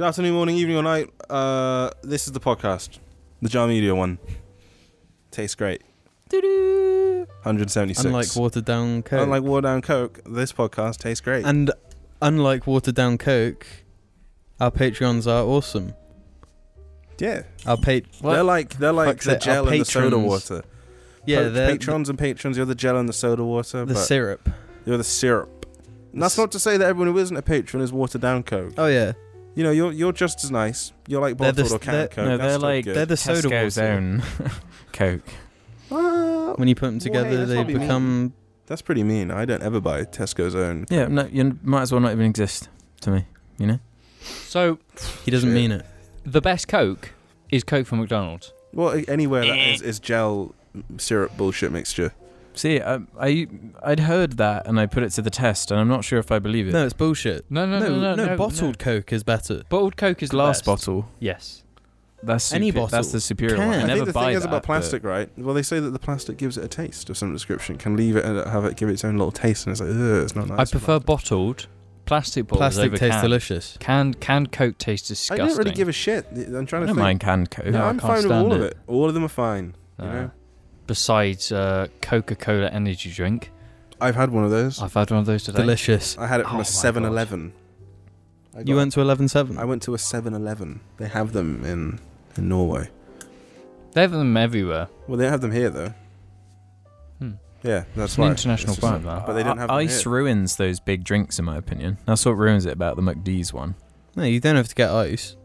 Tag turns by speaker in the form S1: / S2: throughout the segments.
S1: afternoon, morning, evening, or night. Uh, this is the podcast, the Jar Media one. Tastes great.
S2: Doo-doo.
S1: 176.
S2: Unlike watered down Coke.
S1: Unlike watered down Coke, this podcast tastes great.
S2: and unlike watered down Coke, our Patreons are awesome.
S1: yeah,
S2: Our pat
S1: they're like they're like
S2: Fuck's
S1: the
S2: it,
S1: gel
S2: our
S1: and the soda
S2: patrons.
S1: water.
S2: yeah,
S1: Pa-
S2: they're
S1: patrons and patrons. You're the gel and the soda water.
S2: the
S1: but
S2: syrup.
S1: you're the syrup. And that's
S2: S-
S1: not to say that everyone who isn't a patron is watered down Coke.
S2: Oh yeah,
S1: You know, you're you're just as nice. You're like
S2: They're the
S1: bottled or
S2: s-
S1: canned
S2: they're-
S1: Coke.
S3: no,
S1: That's
S3: they're
S1: still
S3: like-
S1: good.
S2: they're the soda
S3: Tesco's
S2: water.
S3: own Coke.
S1: Ah,
S2: When you put them
S1: Well, hey,
S2: together,
S1: that's
S2: they
S1: what we mean.
S2: become
S1: that's pretty mean. I don't ever buy Tesco's own.
S3: Yeah, no, you might as well not even exist to me. You know,
S4: So
S2: he doesn't
S1: Shit.
S2: mean it.
S4: the best Coke is Coke from McDonald's.
S1: Well, a- anywhere that is,
S4: Eh.
S1: is gel syrup bullshit mixture.
S3: see, I, I I'd heard that and I put it to the test, and I'm not sure if I believe it.
S2: No, it's bullshit.
S4: No, no, no, no, no,
S2: bottled Coke is better.
S4: Bottled Coke is the
S3: glass
S4: best.
S3: bottle.
S4: Yes.
S3: That's
S2: Any
S3: supe- That's
S2: bottle.
S3: the superior
S2: Can.
S3: one.
S2: I
S3: I,
S1: I
S3: never
S1: think the
S3: buy
S1: thing is
S3: that,
S1: about
S3: but-
S1: plastic, right? Well, they say that the plastic gives it a taste of some description, can leave it and have it give it its own little taste, and it's like, ugh, it's not nice.
S4: I prefer bottled plastic bottles
S2: Plastic
S4: over
S2: tastes
S4: canned.
S2: delicious.
S4: Canned canned Coke tastes disgusting.
S1: I don't really give a shit. I'm trying to
S3: I don't
S1: think.
S3: mind canned Coke.
S1: No,
S4: I
S1: I'm
S4: can't
S1: fine with
S4: stand
S1: all of
S4: it.
S1: it. All of them are fine. You
S4: Uh,
S1: know?
S4: Besides uh, Coca-Cola energy drink,
S1: I've had one of those.
S4: I've had one of those today.
S2: Delicious.
S1: I had it from
S4: Oh my
S1: a 7-Eleven. I got
S2: You went to 11-7?
S1: I went to a 7-Eleven. They have them in in Norway.
S4: They have them everywhere.
S1: Well, they don't have them here though.
S4: Hmm.
S1: Yeah, that's
S4: It's
S1: why.
S4: an international
S1: It's just-
S4: brand, that.
S1: but they don't have them
S3: ice
S1: here.
S3: ruins those big drinks, in my opinion. That's what ruins it about the McD's one.
S2: No, you don't have to get ice.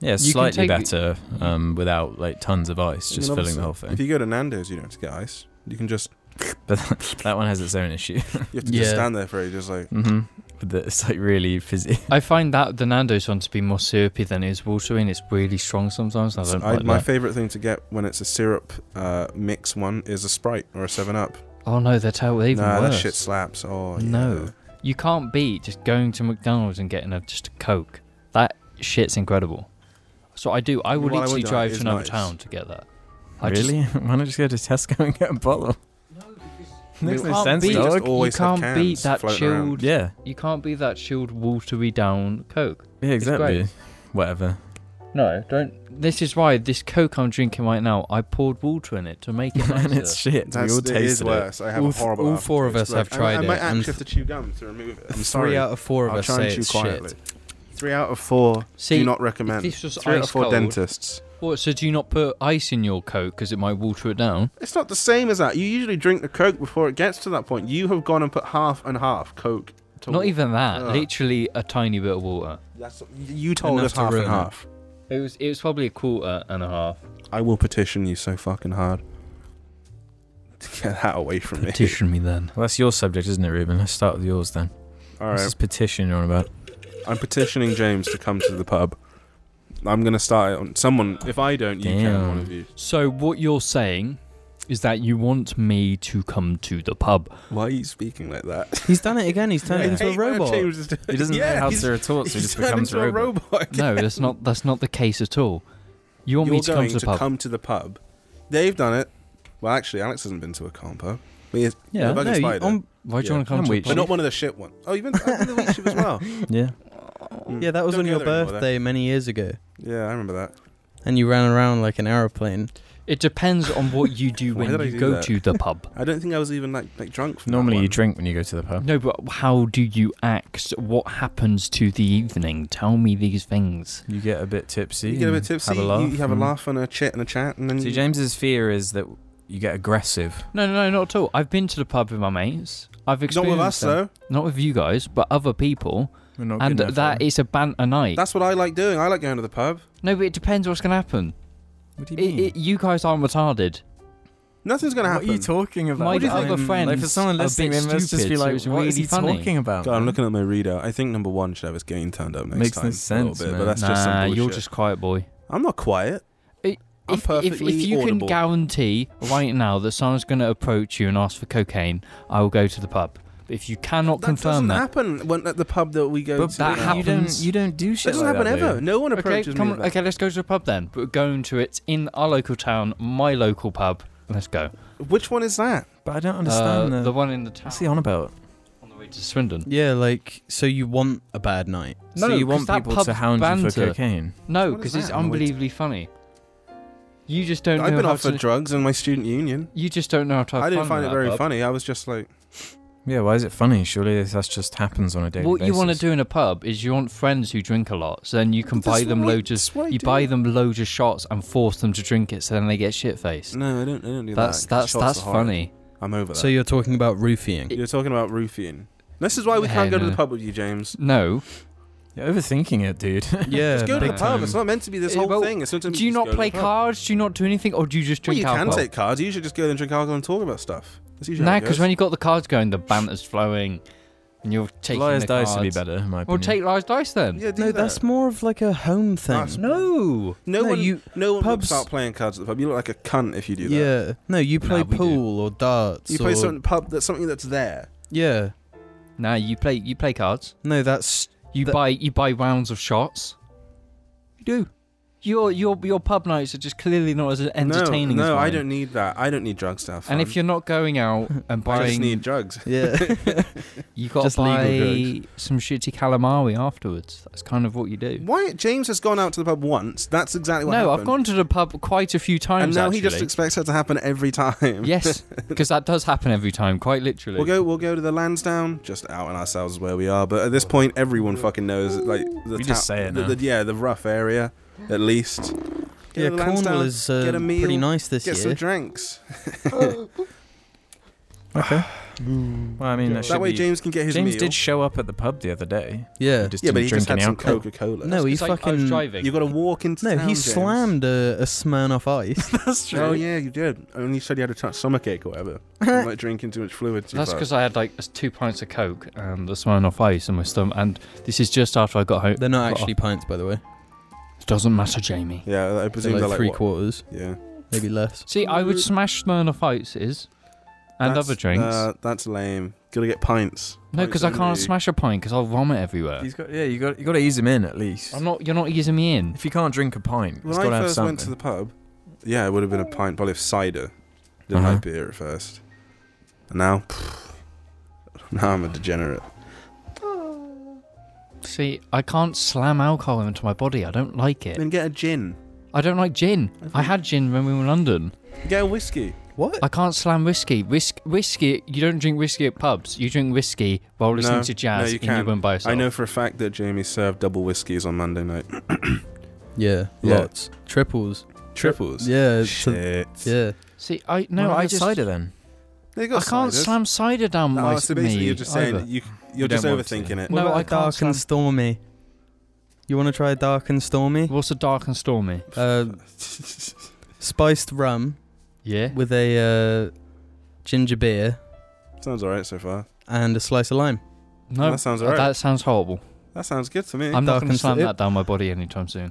S3: Yeah,
S4: can
S3: slightly
S4: take-
S3: better um, without like tons of ice,
S1: I
S3: just
S1: mean,
S3: filling the whole
S1: obviously,
S3: thing.
S1: If you go to Nando's, you don't have to get ice. You can just
S3: But that one has its own issue.
S1: you have to
S2: Yeah.
S1: just stand there for ages, like
S3: mm-hmm. But the- it's like really fizzy.
S4: I find that the Nando's one to be more syrupy than it is watery, and it's really strong sometimes. And I
S1: So
S4: don't
S1: I,
S4: like
S1: my
S4: that.
S1: favorite thing to get when it's a syrup uh, mix one is a Sprite or a Seven Up.
S4: Oh no, they're terrible. They're even
S1: nah,
S4: worse.
S1: that shit slaps. Oh yeah.
S4: No. You can't beat just going to McDonald's and getting a, just a Coke. That shit's incredible. So I do. I will
S1: Well, I
S4: literally
S1: wonder,
S4: drive
S1: it
S4: to
S1: is
S4: another
S1: nice.
S4: town to get that. I just-
S3: really? Why not just go to Tesco and get a bottle? No,
S1: Makes
S3: because
S1: no
S4: can't
S3: sense,
S4: beat-
S1: dog. Just
S4: You
S1: always have
S4: can't beat
S1: cans
S4: that
S1: floating around.
S4: chilled.
S3: Yeah,
S4: You can't beat that chilled, watery down Coke.
S3: yeah, exactly.
S4: great.
S3: Whatever.
S4: No, don't. This is why this Coke I'm drinking right now. I poured water in it to make it
S3: and
S4: nicer.
S3: it's shit.
S1: That's,
S3: we all
S1: it is
S3: tasted it.
S1: worse. I have
S2: All
S1: a
S2: f-
S1: horrible.
S2: all four of us
S1: aftertaste.
S2: have
S1: I- I,
S2: tried
S1: might
S2: it, and
S1: actually have to chew gum to remove it. I'm sorry.
S2: Three out of four of
S1: I'll
S2: us
S1: try and
S2: say
S1: chew
S2: it's
S1: quietly.
S2: shit.
S1: Three out of four
S4: See,
S1: do not recommend.
S4: this was
S1: Three out of
S4: ice
S1: four
S4: cold-
S1: dentists.
S4: What, so do you not put ice in your Coke because it might water it down?
S1: It's not the same as that. You usually drink the Coke before it gets to that point. You have gone and put half and half Coke. To
S4: Not even that.
S1: Ugh.
S4: Literally a tiny bit of water.
S1: That's, you told
S2: Enough
S1: us
S2: to
S1: half and
S2: ruin it.
S1: half.
S4: It was. It was probably a quarter and a half.
S1: I will petition you so fucking hard to get that away from me.
S4: Petition me then.
S3: Well, that's your subject, isn't it, Ruben? Let's start with yours then.
S1: All
S3: What's
S1: right.
S3: this petition you're on about?
S1: I'm petitioning James to come to the pub. I'm gonna start it on someone. If I don't, you can.
S3: Damn.
S1: One of you.
S4: So what you're saying is that you want me to come to the pub?
S1: Why are you speaking like that?
S2: He's done it again. He's turned
S1: I
S2: into a
S1: hate when
S2: robot.
S1: James is doing-
S3: He doesn't
S1: yeah,
S3: know how
S1: he's-
S3: to retort, so he
S1: he's
S3: just
S1: turned
S3: becomes
S1: into a
S3: robot.
S1: robot again.
S4: No, that's not. That's not the case at all. You want
S1: You're
S4: me to come
S1: going
S4: to the pub?
S1: come to the pub. They've done it. Well, actually, Alex hasn't been to a comp pub. But he is,
S3: Yeah,
S1: Bug and
S2: you-
S1: Spider.
S2: on-
S4: Why do
S1: Yeah.
S4: you want to come
S3: I'm
S4: to the
S3: weak.
S1: but
S4: pub?
S1: not one of the shit ones. Oh, you've been, I've been to the week ship as well. Mm.
S3: Yeah.
S2: yeah, that was
S1: Don't
S2: on
S1: go
S2: your
S1: there anymore,
S2: birthday many years ago,
S1: Yeah, I remember that.
S2: and you ran around like an aeroplane.
S4: It depends on what you do
S1: Why
S4: when
S1: did I
S4: you
S1: do
S4: go
S1: that?
S4: to the pub.
S1: I don't think I was even like, like drunk. From
S3: Normally
S1: that
S3: you
S1: one.
S3: drink when you go to the pub.
S4: No, but how do you act? What happens to the evening? Tell me these things.
S3: You get a bit tipsy.
S1: You get a
S3: and
S1: bit tipsy.
S3: Have a laugh.
S1: you, you have a
S3: and-
S1: laugh and a chit and a chat, and then
S3: See,
S1: you-
S3: James's fear is that you get aggressive.
S4: No, no, no, not at all. I've been to the pub with my mates. I've
S1: not
S4: experienced
S1: with us
S4: them.
S1: though. Oh,
S4: Not with you guys, but other people.
S3: We're not
S4: and
S3: good enough,
S4: that
S3: are we?
S4: is a banter night.
S1: That's what I like doing. I like going to the pub.
S4: no, but it depends what's going to happen.
S3: What do
S4: It,
S3: you mean?
S4: it, you guys aren't retarded.
S1: Nothing's gonna happen.
S3: What are you talking about?
S4: My
S3: What do you
S4: other
S3: think?
S4: friends
S3: Like for someone
S4: are a
S3: listening,
S4: bit
S3: they must just be
S4: stupid, so
S3: like,
S4: it's
S3: "What is
S4: really
S3: he
S4: funny."
S3: talking about?"
S1: God, I'm looking at my reader. I think number one should have his game turned up next
S3: Makes
S1: time.
S3: no
S1: a little
S3: sense,
S1: bit, but
S3: man.
S1: that's
S4: nah,
S1: just some bullshit.
S4: you're just quiet, boy.
S1: I'm not quiet.
S4: It-
S1: I'm
S4: if, if,
S1: perfectly
S4: if you
S1: audible.
S4: can guarantee right now that someone's going to approach you and ask for cocaine, I will go to the pub. But if you cannot
S1: that
S4: confirm
S1: doesn't
S4: that,
S1: happen when, at the pub that we go
S3: But
S1: to.
S4: that
S1: now.
S3: you don't,
S4: happens.
S3: you don't do shit.
S1: That doesn't
S3: like
S1: happen
S3: that,
S1: ever. No one
S4: okay,
S1: approaches
S4: come
S1: me.
S4: on,
S1: like-
S4: okay, let's go to the pub then. We're going to it. It's in our local town, my local pub. Let's go.
S1: Which one is that?
S3: But I don't understand
S4: Uh,
S3: the,
S4: the one in the town.
S3: What's he on about?
S4: on the way to Swindon.
S2: Yeah, like so you want a bad night.
S4: No,
S3: so you
S4: 'cause
S3: want
S4: that
S3: people to
S4: pub's
S3: hound you for
S4: banter.
S3: cocaine?
S4: No,
S1: What is
S4: because it's
S1: that? No, wait.
S4: unbelievably funny. You just don't.
S1: I've
S4: know
S1: been
S4: how
S1: off for
S4: to-
S1: drugs in my student union.
S4: You just don't know how to. Have
S1: I didn't
S4: fun
S1: find
S4: with
S1: it
S4: that
S1: very
S4: pub.
S1: funny. I was just like,
S3: Yeah, why is it funny? Surely that just happens on a daily
S4: What
S3: basis.
S4: you want to do in a pub is you want friends who drink a lot, so then you can
S1: But that's
S4: buy them
S1: what I-
S4: loads
S1: that's what I
S4: of you
S1: do.
S4: buy them loads of shots and force them to drink it, so then they get shit faced.
S1: no, I don't, I don't do that. 'cause
S4: That's that's
S1: shots
S4: that's
S1: are hard.
S4: funny.
S1: I'm over that.
S2: So you're talking about roofying.
S1: You're talking about roofing. This is why we
S4: Yeah,
S1: can't go to
S4: no.
S1: the pub with you, James.
S4: No,
S3: You're overthinking it, dude.
S2: yeah,
S1: Just go to the
S2: big
S1: pub.
S2: time.
S1: It's not meant to be this
S4: Yeah,
S1: whole
S4: well,
S1: thing. It's meant to be
S4: do you
S1: just go
S4: not
S1: to
S4: play
S1: the pub.
S4: cards? Do you not do anything, or do you just
S1: Well,
S4: drink
S1: you
S4: alcohol?
S1: can take cards. You should just go and drink alcohol and talk about stuff. That's usually
S4: Nah,
S1: how it
S4: because
S1: goes.
S4: when you got the cards going, the banter's flowing, and you're taking
S3: Liar's
S4: the
S3: dice
S4: cards.
S3: would be better, in my opinion.
S4: Well, take liar's dice then.
S1: yeah, do
S2: No,
S1: that.
S2: that's more of like a home thing.
S1: That's-
S4: No,
S1: no,
S2: no,
S1: one.
S2: you-
S1: no one
S2: pubs-
S1: pubs out playing cards at the pub. You look like a cunt if you do that.
S2: yeah. No, you play
S4: we do.
S2: pool or darts.
S1: You play
S2: or-
S1: something pub that's something that's there.
S2: Yeah.
S4: nah, you play you play cards.
S2: No, that's
S4: You
S2: Th-
S4: buy you buy rounds of shots. You do. Your your your pub nights are just clearly not as entertaining.
S1: No,
S4: as
S1: no, I
S4: mine.
S1: don't need that. I don't need drug stuff.
S4: And if you're not going out and
S1: I just
S4: buying,
S1: need drugs.
S2: yeah.
S4: you got to
S2: just legal
S4: buy some shitty calamari afterwards. That's kind of what you do.
S1: Why James has gone out to the pub once? That's exactly what
S4: no,
S1: happened.
S4: I've gone to the pub quite a few times.
S1: And now
S4: actually.
S1: he just expects that to happen every time.
S4: yes, because that does happen every time, quite literally.
S1: We'll go. We'll go to the Lansdowne, just out on ourselves where we are. But at this point, everyone fucking knows. Like the
S3: We just say it
S1: the-
S3: now.
S1: the- yeah, the rough area, at least. Go
S2: yeah,
S1: to the
S2: Cornwall
S1: Lansdowne,
S2: is uh,
S1: get a meal,
S2: pretty nice this
S1: Get some
S2: year.
S1: drinks.
S3: Well, I mean, that, should
S1: that way,
S3: be-
S1: James can get his
S3: James
S1: meal.
S3: did show up at the pub the other day.
S2: yeah.
S3: just
S1: yeah, but
S3: didn't
S1: he
S3: drink
S1: just had
S3: any
S1: some
S3: alcohol.
S1: Coca Cola.
S2: No, he
S4: It's like I was
S2: fucking
S4: driving.
S1: you got to walk into
S2: no.
S1: town.
S2: He
S1: James.
S2: slammed a, a Smirnoff Ice.
S1: That's true. Oh yeah, you did. Only said you had a t- stomach ache or whatever. From, like drinking too much fluid. Too
S4: That's
S1: fast.
S4: because I had like s- two pints of Coke and the smell of ice in my stomach. And this is just after I got home.
S2: They're
S1: Oh.
S2: not
S4: Got
S2: actually pints, by the way.
S4: off. Doesn't matter, Jamie.
S1: Yeah, I presume
S2: They're like
S1: they're like
S2: three
S1: what?
S2: quarters,
S1: Yeah.
S2: maybe less.
S4: See, I would smash Smirnoff ices and
S1: That's-
S4: other drinks.
S1: Uh, that's lame. Gotta get pints.
S4: no,
S1: Pints
S4: because I
S1: only.
S4: can't smash a pint because I'll vomit everywhere.
S3: He's got, yeah, you got, you got to ease him in at least.
S4: I'm not. You're not easing me in.
S3: If you can't drink a pint,
S1: When
S3: it's
S1: I
S3: got to have
S1: first
S3: something.
S1: went to the pub, yeah, it would have been a pint, probably of cider. Didn't
S3: Uh-huh.
S1: like beer at first. And now, now I'm a degenerate. Ah.
S4: See, I can't slam alcohol into my body. I don't like it.
S1: Then get a gin.
S4: I don't like gin. I had gin when we were in London.
S1: Get a whiskey.
S2: What?
S4: I can't slam whiskey. Whisk, whiskey. You don't drink whiskey at pubs. You drink whiskey while listening
S1: No,
S4: to jazz
S1: no, you
S4: in your
S1: can.
S4: room by yourself.
S1: I know for a fact that Jamie served double whiskeys on Monday night.
S2: Yeah,
S1: Yeah.
S2: lots. Triples.
S1: Triples.
S2: Yeah. it's a-
S1: Shit.
S2: yeah.
S4: See, I
S3: Well,
S4: no,
S3: have
S4: I
S3: a
S4: just
S3: cider then.
S1: They
S4: I
S1: got
S4: can't
S1: ciders.
S4: slam cider down my
S1: Oh, so basically,
S4: me
S1: you're just saying
S4: either.
S1: you, you're
S3: You
S1: just
S3: don't want to.
S1: overthinking it.
S4: No,
S2: What about
S4: I can't
S2: Dark
S4: slam-
S2: and stormy. You want to try dark and stormy?
S4: What's a dark and stormy?
S2: Uh, spiced rum
S4: Yeah.
S2: with a uh, ginger beer
S1: Sounds alright so far.
S2: and a slice of lime.
S4: No,
S1: that sounds
S4: that-
S1: alright.
S4: That sounds horrible.
S1: That sounds good to me.
S4: I'm not
S2: dark
S4: going to
S2: and
S4: slam
S2: sto-
S4: that down my body anytime soon.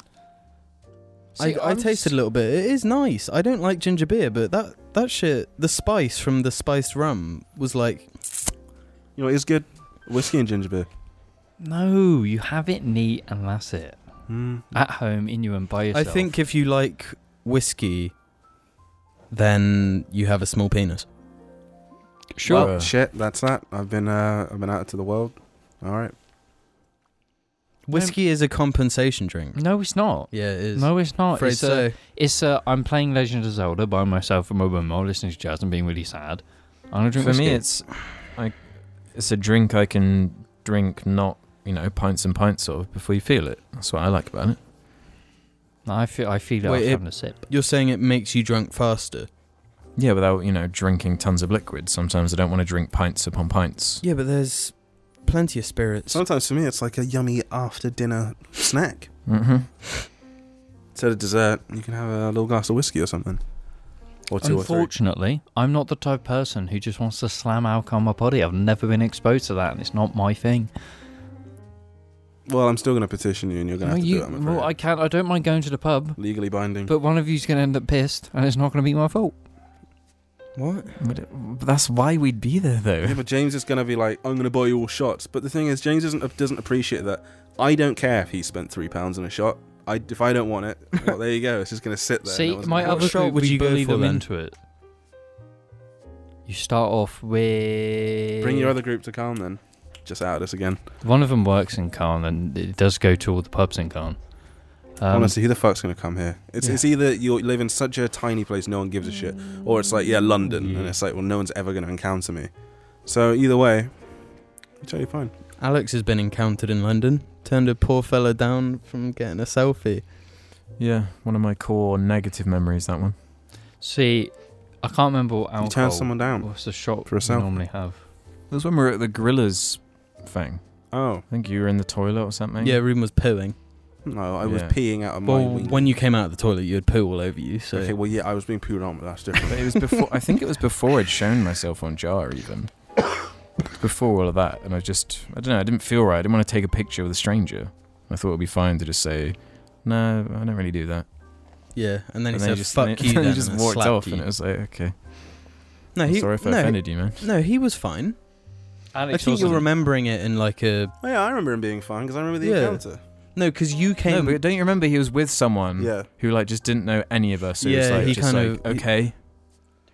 S4: See,
S2: I, I
S4: I'm
S2: tasted a little bit. It is nice. I don't like ginger beer, but that that shit, the spice from the spiced rum was like,
S1: you know, it's good. Whiskey and ginger beer.
S4: No, you have it neat and that's it.
S1: Mm.
S4: At home, in your room by
S2: I
S4: yourself.
S2: think if you like whiskey, then you have a small penis.
S4: Sure.
S3: Well,
S1: Shit, that's that. I've been uh, I've been out to the world. All right.
S2: Whiskey is a compensation drink.
S4: no, it's not.
S2: Yeah, it is.
S4: No, it's not.
S2: Afraid
S4: It's
S2: so.
S4: a, It's uh, I'm playing Legend of Zelda by myself in my room while listening to jazz and being really sad. I'm gonna drink
S3: For me,
S4: whiskey.
S3: it's I, it's a drink I can drink, not you know pints and pints of before you feel it. That's what I like about it.
S4: I feel I feel it
S2: Wait,
S4: after
S2: it-
S4: having a sip.
S2: You're saying it makes you drunk faster.
S3: Yeah, without you know drinking tons of liquid. Sometimes I don't want to drink pints upon pints.
S2: Yeah, but there's plenty of spirits.
S1: Sometimes for me, it's like a yummy after dinner snack.
S3: Mm-hmm.
S1: Instead of dessert, you can have a little glass of whiskey or something, or two or three.
S4: Unfortunately, I'm not the type of person who just wants to slam alcohol on my body. I've never been exposed to that, and it's not my thing.
S1: Well, I'm still gonna petition you, and you're gonna
S4: Well,
S1: have to
S4: you-
S1: do it. I'm afraid. Mm.
S4: well, I can't. I don't mind going to the pub,
S1: Legally binding.
S4: but one of you's gonna end up pissed, and it's not gonna be my fault.
S2: What?
S3: But, it- but that's why we'd be there though.
S1: yeah, but James is gonna be like, I'm gonna buy you all shots. But the thing is, James doesn't doesn't appreciate that. I don't care if he spent three pounds on a shot. I, if I don't want it, well, there you go. It's just gonna sit there.
S4: See,
S1: No one's
S4: my
S1: gonna
S4: other
S1: watch
S2: shot
S4: group,
S2: would
S4: we
S2: you go
S4: bully
S2: for
S4: them
S2: then?
S4: into it. You start off with
S1: it. Bring your other group to calm then. just out at us again.
S4: One of them works in Carn and it does go to all the pubs in Carn. Um,
S1: Honestly, who the fuck's gonna come here? It's
S4: yeah.
S1: it's either you live in such a tiny place no one gives a shit, or it's like yeah London,
S4: Yeah.
S1: and it's like well no one's ever gonna encounter me. So either way, it's totally fine.
S2: Alex has been encountered in London. Turned a poor fella down from getting a selfie.
S3: Yeah, one of my core negative memories. That one.
S4: See, I can't remember what alcohol.
S1: You turn someone down.
S4: What's the shop
S1: For
S4: we
S1: a selfie.
S4: normally have?
S3: That was when we were at the Gorillas thing.
S1: Oh
S3: I think you were in the toilet or something.
S2: Yeah, room was pooing.
S1: no, I was
S3: Yeah.
S1: peeing out of my.
S2: Well,
S1: wing.
S2: when you came out of the toilet, you had poo all over you. So
S1: okay, well yeah, I was being pooed on, but that's different.
S3: But it was before. I think it was before I'd shown myself on Jar even. It's Before all of that, and I just, I don't know, I didn't feel right. I didn't want to take a picture with a stranger. I thought it would be fine to just say, no, I don't really do that.
S2: yeah, and then he
S3: and
S2: said,
S3: you just,
S2: "Fuck
S3: and
S2: you."
S3: then
S2: Then,
S3: he
S2: and
S3: just
S2: then
S3: walked
S2: slapped
S3: off,
S2: you.
S3: and it was like, okay,
S2: no,
S3: I'm
S2: he,
S3: sorry if I
S2: no,
S3: offended you, man.
S2: no, he was fine.
S4: Alex
S2: I think you're remembering it in like a
S1: oh, yeah, I remember him being fine because I remember the
S2: Yeah.
S1: encounter.
S2: no, because you
S3: No,
S2: came.
S3: but don't you remember he was with someone
S2: Um,
S1: Yeah,
S3: who like just didn't know any of us? So yeah, was
S2: Yeah,
S3: like,
S2: he
S3: just
S2: kind
S3: like,
S2: of- he-
S3: okay,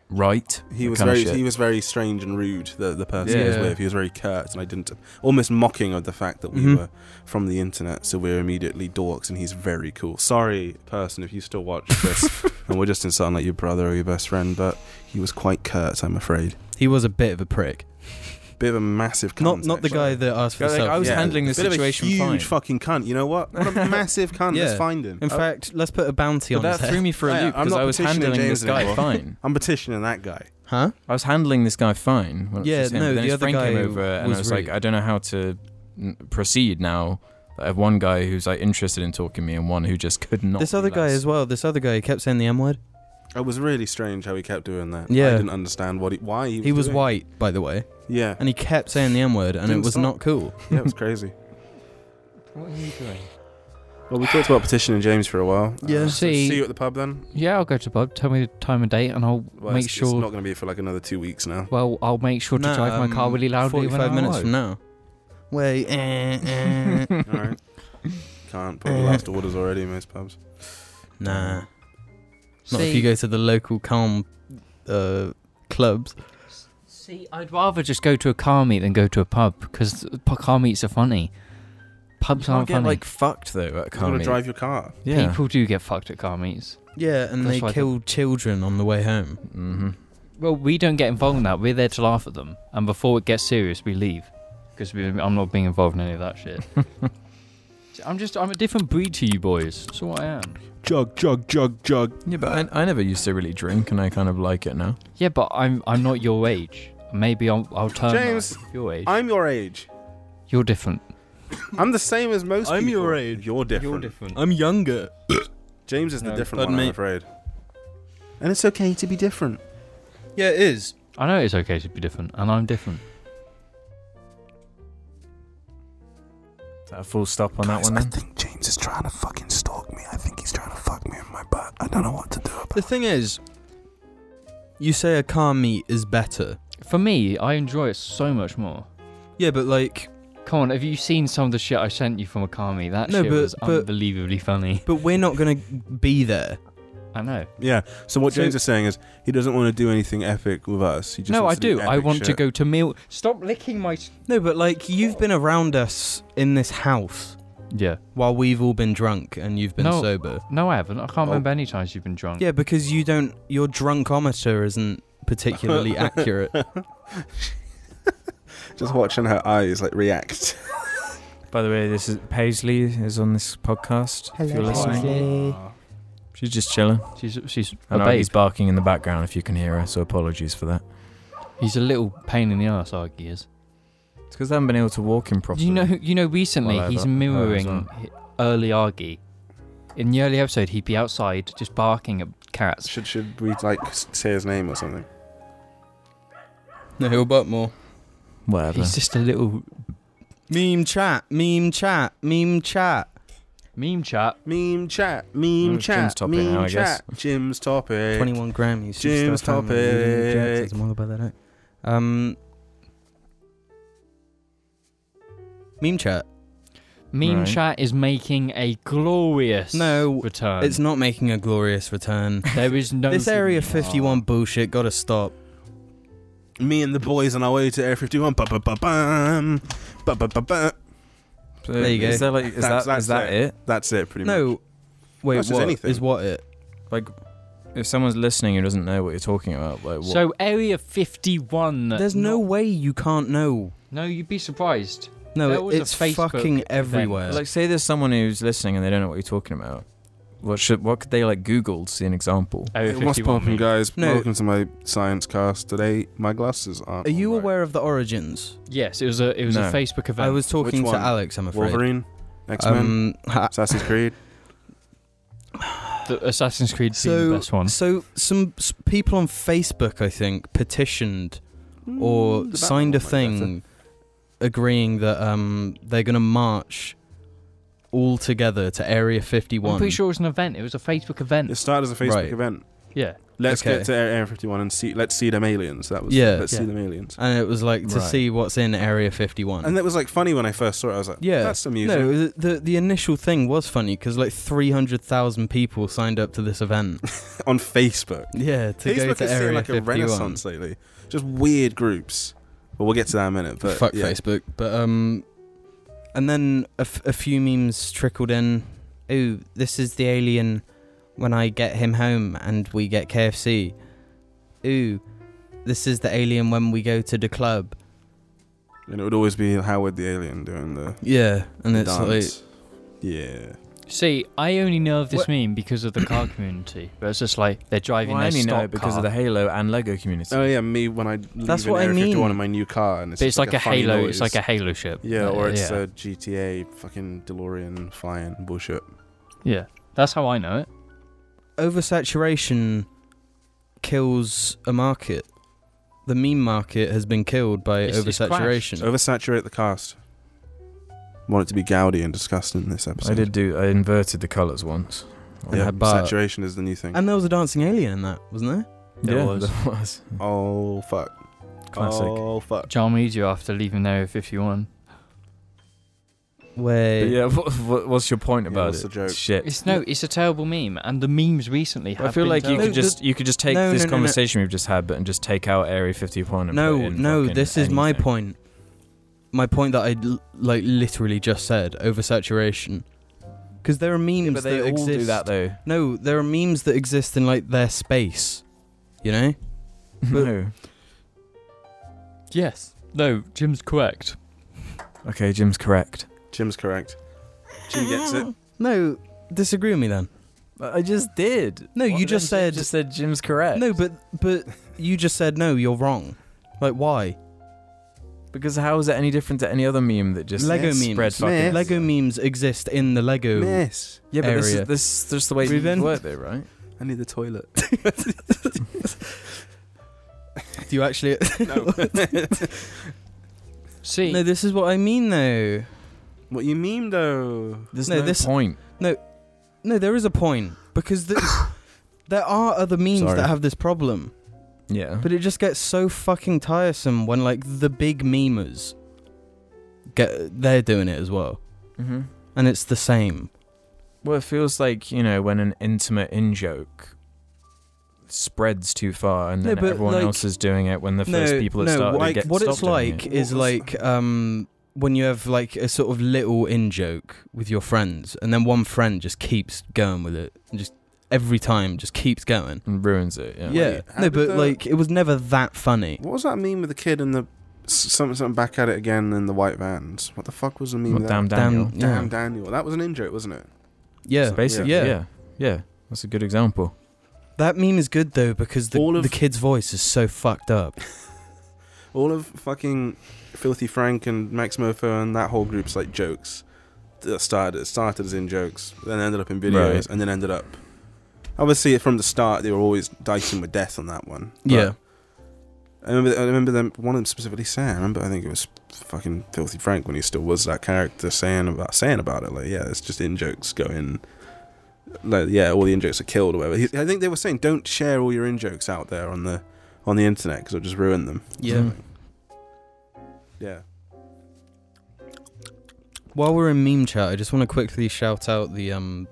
S3: right.
S1: he was
S3: kind of
S1: very
S3: shit.
S1: he was very strange and rude. The the person he was
S2: Yeah.
S1: with, he was very curt, and I didn't almost mocking of the fact that we
S2: Mhm.
S1: were from the internet, so we are immediately dorks, and he's very cool. Sorry, person, if you still watch this, and we're just insulting like your brother or your best friend, but he was quite curt, I'm afraid.
S2: he was a bit of a prick.
S1: Bit of a massive cunt.
S2: Not not the guy that asked for
S3: Yeah,
S2: the
S3: like, I
S2: selfie.
S3: was handling the
S1: Bit of a
S3: situation
S1: huge
S3: fine.
S1: fucking cunt. You know what? What a massive cunt.
S2: Yeah.
S1: Let's find him. Uh,
S2: In fact, let's put a bounty
S3: Oh. But
S2: on his
S3: that
S2: head.
S3: threw me for a
S1: Yeah,
S3: loop
S1: I'm
S3: because
S1: not
S3: I was
S1: petitioning
S3: handling
S1: James
S3: this guy
S1: anymore.
S3: fine.
S1: I'm petitioning that guy.
S2: Huh?
S3: I was handling this guy fine. When it was
S2: Yeah,
S3: just him,
S2: no,
S3: but then
S2: the
S3: his
S2: other
S3: friend came
S2: guy
S3: over and
S2: was
S3: I was like,
S2: rude.
S3: I don't know how to n- proceed now. I have one guy who's like interested in talking to me and one who just could not.
S2: This other guy
S3: relax.
S2: as well. This other guy he kept saying the M word.
S1: It was really strange how he kept doing that. I
S2: Yeah.
S1: didn't understand what he, why he was
S2: He was
S1: doing.
S2: white, by the way,
S1: Yeah,
S2: and he kept saying the M word, and
S1: Didn't
S2: it was
S1: stop.
S2: not cool.
S1: yeah, it was crazy.
S4: What are you doing?
S1: Well, we talked about petitioning James for a while.
S2: Yeah.
S1: so
S4: See-
S1: see you at the pub then.
S4: Yeah, I'll go to the pub. Tell me the time and date, and I'll
S1: Well,
S4: make
S1: it's,
S4: sure.
S1: it's not going to be for like another two weeks now.
S4: Well, I'll make sure to
S2: No,
S4: drive my car
S2: um,
S4: really loudly when
S2: Forty-five
S4: I'm
S2: minutes
S4: out.
S2: from now. Wait. eh, eh.
S1: All right. Can't put the last orders already in most pubs.
S2: nah. Not
S4: See,
S2: if you go to the local calm uh, clubs.
S4: see, I'd rather just go to a car meet than go to a pub because car meets are funny.
S3: You
S4: Pubs
S3: can't
S4: aren't
S3: get
S4: funny.
S3: like fucked though at
S1: You've got
S3: car
S1: to
S3: meet.
S1: drive your car.
S3: Yeah.
S4: People do get fucked at car meets.
S2: Yeah, and
S4: That's
S2: they
S4: what I
S2: killed children on the way home.
S3: hmm
S4: Well, we don't get involved in that. We're there to laugh at them, and before it gets serious, we leave because I'm not being involved in any of that shit. I'm just I'm a different breed to you boys. So what I am.
S1: Jug, jug, jug, jug.
S3: Yeah, but I, I never used to really drink, and I kind of like it now.
S4: Yeah, but I'm I'm not your age. Maybe I'll I'll turn like
S1: James,
S4: your age.
S1: I'm your age.
S4: You're different.
S1: I'm the same as most
S2: I'm
S1: people.
S2: your age.
S1: You're different.
S4: different.
S2: I'm younger.
S1: James is the
S4: No,
S1: different one,
S2: pardon
S1: I'm
S2: me.
S1: afraid. And it's okay to be different.
S2: Yeah, it is.
S4: I know it's okay to be different, and I'm different.
S3: Is that a full stop on that one then?
S1: think James is trying to fucking stalk me. I think he's trying to fuck me in my butt. I don't know what to do about
S2: The thing is, you say a car meet is better.
S4: For me, I enjoy it so much more.
S2: Yeah, but like,
S4: Come on, have you seen some of the shit I sent you from a car meet? That
S2: No,
S4: shit
S2: but-
S4: was
S2: but-
S4: unbelievably funny.
S2: but we're not gonna be there.
S4: I know.
S1: Yeah. So what
S2: So-
S1: James is saying is he doesn't want to do anything epic with us. He just
S4: No, I
S1: wants to
S4: do. I
S1: epic
S4: want to
S1: shit.
S4: go to meal. Stop licking my. s-
S2: No, but like, you've been around us in this house
S4: Yeah.
S2: while we've all been drunk and you've been
S4: No.
S2: sober.
S4: No, I haven't. I can't
S1: Oh.
S4: remember any times you've been drunk.
S2: Yeah, because you don't. Your drunkometer isn't particularly accurate.
S1: Just watching her eyes like react.
S3: By the way, this is Paisley is on this podcast. if you're listening, she's just chilling.
S4: She's she's
S3: I
S4: a
S3: know
S4: babe.
S3: he's barking in the background if you can hear her, so apologies for that.
S4: He's a little pain in the ass, Argy is.
S3: It's because I haven't been able to walk him properly.
S4: You know, you know. Recently,
S3: Well,
S4: he's
S3: over-
S4: mirroring
S3: over as
S4: hi- early Argy. In the early episode, he'd be outside just barking at cats.
S1: Should should we like s- say his name or something?
S2: no, he'll butt more.
S3: whatever.
S4: He's just a little
S2: Meme chat, meme chat, meme chat.
S4: meme chat.
S1: Meme chat.
S3: Well,
S1: Meme
S2: Mm,
S3: it's
S1: chat.
S3: Jim's topic
S1: meme
S3: now, I guess.
S1: chat. Jim's topic.
S2: 21 Grammys.
S1: Jim's
S2: superstar family, William Jackson,
S1: topic.
S2: some other by that out. Um, meme chat.
S4: Meme
S3: Right.
S4: chat is making a glorious
S2: No,
S1: Um,
S4: return.
S2: it's not making a glorious return.
S4: There is no
S2: this Area
S1: Ah.
S2: 51 bullshit gotta stop.
S1: Me and the boys on our way to Air 51. Ba ba ba bam. Ba, ba, ba, ba.
S3: So
S2: There you
S3: Is
S2: go.
S3: that like is
S1: That's-
S3: that
S1: that's
S3: is that it?
S1: That's it, pretty much.
S2: No, wait,
S1: That's just
S2: what
S1: anything.
S2: is what it?
S3: If someone's listening who doesn't know what you're talking about, like what?
S4: So Area 51.
S2: There's no
S4: Not-
S2: way you can't know.
S4: No, you'd be surprised.
S2: No,
S4: There
S2: it-
S4: was a
S2: it's
S4: Facebook
S2: fucking
S4: event.
S2: everywhere.
S3: like say there's someone who's listening and they don't know what you're talking about. What should what could they like Google to see an example?
S4: Area
S1: Hey, what's poppin', guys?
S2: No.
S1: Welcome to my science cast today. My glasses aren't.
S2: Are you
S1: alright.
S2: aware of the origins?
S4: Yes, it was a it was
S3: No.
S4: a Facebook event.
S2: I was talking
S1: Which
S2: to
S1: one?
S2: Alex. I'm afraid.
S1: Wolverine, X Men,
S2: Um, ha-
S1: Assassin's Creed.
S4: the Assassin's Creed being
S2: so,
S4: the best one.
S2: so some s- people on Facebook, I think, petitioned or
S1: Mm, the
S2: signed a
S1: Batman one eh? might be better.
S2: thing agreeing that um they're gonna march all together to Area 51.
S4: I'm pretty sure it was an event. It was a Facebook event.
S1: It started as a Facebook
S2: Right.
S1: event.
S4: yeah.
S1: Let's
S2: Okay.
S1: get to Area 51 and see. Let's see them aliens. That was.
S2: Yeah.
S1: Let's see
S4: Yeah.
S1: them aliens.
S2: And it was like to
S3: Right.
S2: see what's in Area 51.
S1: And that was like funny when I first saw it. I was like,
S2: Yeah.
S1: that's amusing.
S2: no, the, the the initial thing was funny because like 300,000 people signed up to this event.
S1: On Facebook.
S2: yeah, to go
S1: Facebook
S2: to
S1: is
S2: Area
S1: seeing like
S2: 51.
S1: a renaissance lately. Just weird groups. Well, we'll get to that in a minute. But
S2: Fuck
S1: yeah.
S2: Facebook. But um, and then a, f- a few memes trickled in. Oh, this is the alien. When I get him home and we get KFC. Ooh, this is the alien when we go to the club.
S1: And it would always be Howard the alien doing the
S2: Yeah, and it's
S1: dance. yeah.
S4: See, I only know of this
S2: What-
S4: meme because of the car community. But it's just like they're driving
S3: Well, I
S4: their
S3: only know
S4: stock
S3: it because
S4: car.
S3: of the Halo and Lego community.
S1: Oh yeah, me when I leave
S2: That's
S1: in
S2: what I
S1: Area 51
S2: mean.
S1: in my new car, and it's,
S4: But it's
S1: just
S4: like a
S1: funny
S4: Halo.
S1: noise.
S4: It's like a Halo ship.
S1: yeah,
S4: Uh,
S1: or it's
S4: yeah.
S1: a GTA fucking DeLorean flying bullshit.
S4: yeah. That's how I know it.
S2: like oversaturation kills a market. The meme market has been killed by
S4: It's- it's
S2: oversaturation.
S1: Oversaturate the cast. Want it to be gaudy and disgusting in this episode.
S3: I did do. I inverted the colours once.
S1: Yeah,
S2: but-
S1: saturation is the new thing.
S2: and there was a dancing alien in that, wasn't there?
S4: There
S3: yeah,
S4: was.
S3: there was.
S1: oh fuck!
S3: Classic.
S1: Oh fuck!
S4: John Media after leaving Area 51.
S2: Where
S3: But yeah, what, what, what's your point
S1: Yeah,
S3: about
S1: what's the
S3: it?
S1: joke?
S3: Shit.
S4: It's no, it's a terrible meme, and the memes recently. Have
S3: I feel
S4: been
S3: like you
S4: terrible.
S3: could just you could just take
S2: No,
S3: this
S2: no, no, no.
S3: conversation we've just had, but and just take out Area 51 and put
S2: no
S3: in
S2: no
S3: fucking
S2: this is my
S3: anything.
S2: point my point that i l- like literally just said oversaturation because there are memes
S3: Yeah, but they
S2: that
S3: all
S2: exist
S3: do that though.
S2: no there are memes that exist in like their space you know But-
S3: no.
S4: yes. No, Jim's correct.
S3: Okay, Jim's correct.
S1: Jim's correct. Jim gets it.
S2: no disagree with me then
S3: I just did.
S2: No, you just said-
S3: just said Jim's correct.
S2: no but but you just said no you're wrong like why
S3: because how is it any different to any other meme that just
S2: lego
S1: yes,
S2: memes
S3: spread fucking?
S1: Yes.
S2: lego memes exist in the lego
S1: Miss.
S3: Yeah, but this
S2: area.
S3: is this is just the way
S2: We've
S3: you
S2: been-
S3: work there, right?
S1: I need the toilet.
S2: do you actually
S1: no.
S4: See,
S2: no this is what i mean though
S1: what you mean though?
S3: There's
S2: No,
S3: no,
S2: this-
S3: point.
S2: no there is a point because the, there are other memes
S1: Sorry.
S2: that have this problem
S3: Yeah.
S2: But it just gets so fucking tiresome when like the big memers get they're doing it as well,
S3: mm-hmm.
S2: and it's the same.
S3: Well, it feels like you know when an intimate in joke spreads too far, and
S2: No,
S3: then
S2: but,
S3: everyone
S2: like-
S3: else is doing it when the first
S2: No,
S3: people that
S2: no,
S3: started
S1: like,
S3: get
S2: what it's
S3: stopped doing
S2: like
S3: it.
S2: is
S1: What was-
S2: like um when you have like a sort of little in joke with your friends, and then one friend just keeps going with it, and just every time just keeps going.
S3: and ruins it.
S2: Yeah,
S3: Yeah.
S1: Wait, how
S2: no,
S1: did
S2: but
S1: the-
S2: like it was never that funny.
S1: What was that meme with the kid and the s- something something back at it again in the white vans? What the fuck was the meme?
S3: Well,
S1: with that?
S3: damn Daniel.
S2: Damn,
S1: Damn
S2: yeah,
S1: Daniel. That was an in joke, wasn't it?
S2: yeah.
S1: So
S3: Basically,
S2: Yeah.
S3: yeah. yeah, That's a good example.
S2: That meme is good though because the
S1: All of-
S2: the kid's voice is so fucked up.
S1: All of fucking Filthy Frank and Max Mofo and that whole group's like jokes that started started as in jokes, then ended up in videos,
S3: Right.
S1: and then ended up. Obviously, from the start, they were always dicing with death on that one. But
S2: yeah,
S1: I remember. I remember them. One of them specifically saying. I remember. I think it was fucking Filthy Frank when he still was that character saying about saying about it. Like, yeah, it's just in jokes going. Like, yeah, all the in jokes are killed or whatever. He, I think they were saying, don't share all your in jokes out there on the on the internet because it'll just ruin them.
S2: yeah.
S3: Mm.
S1: Yeah.
S2: While we're in meme chat, I just want to quickly shout out the um,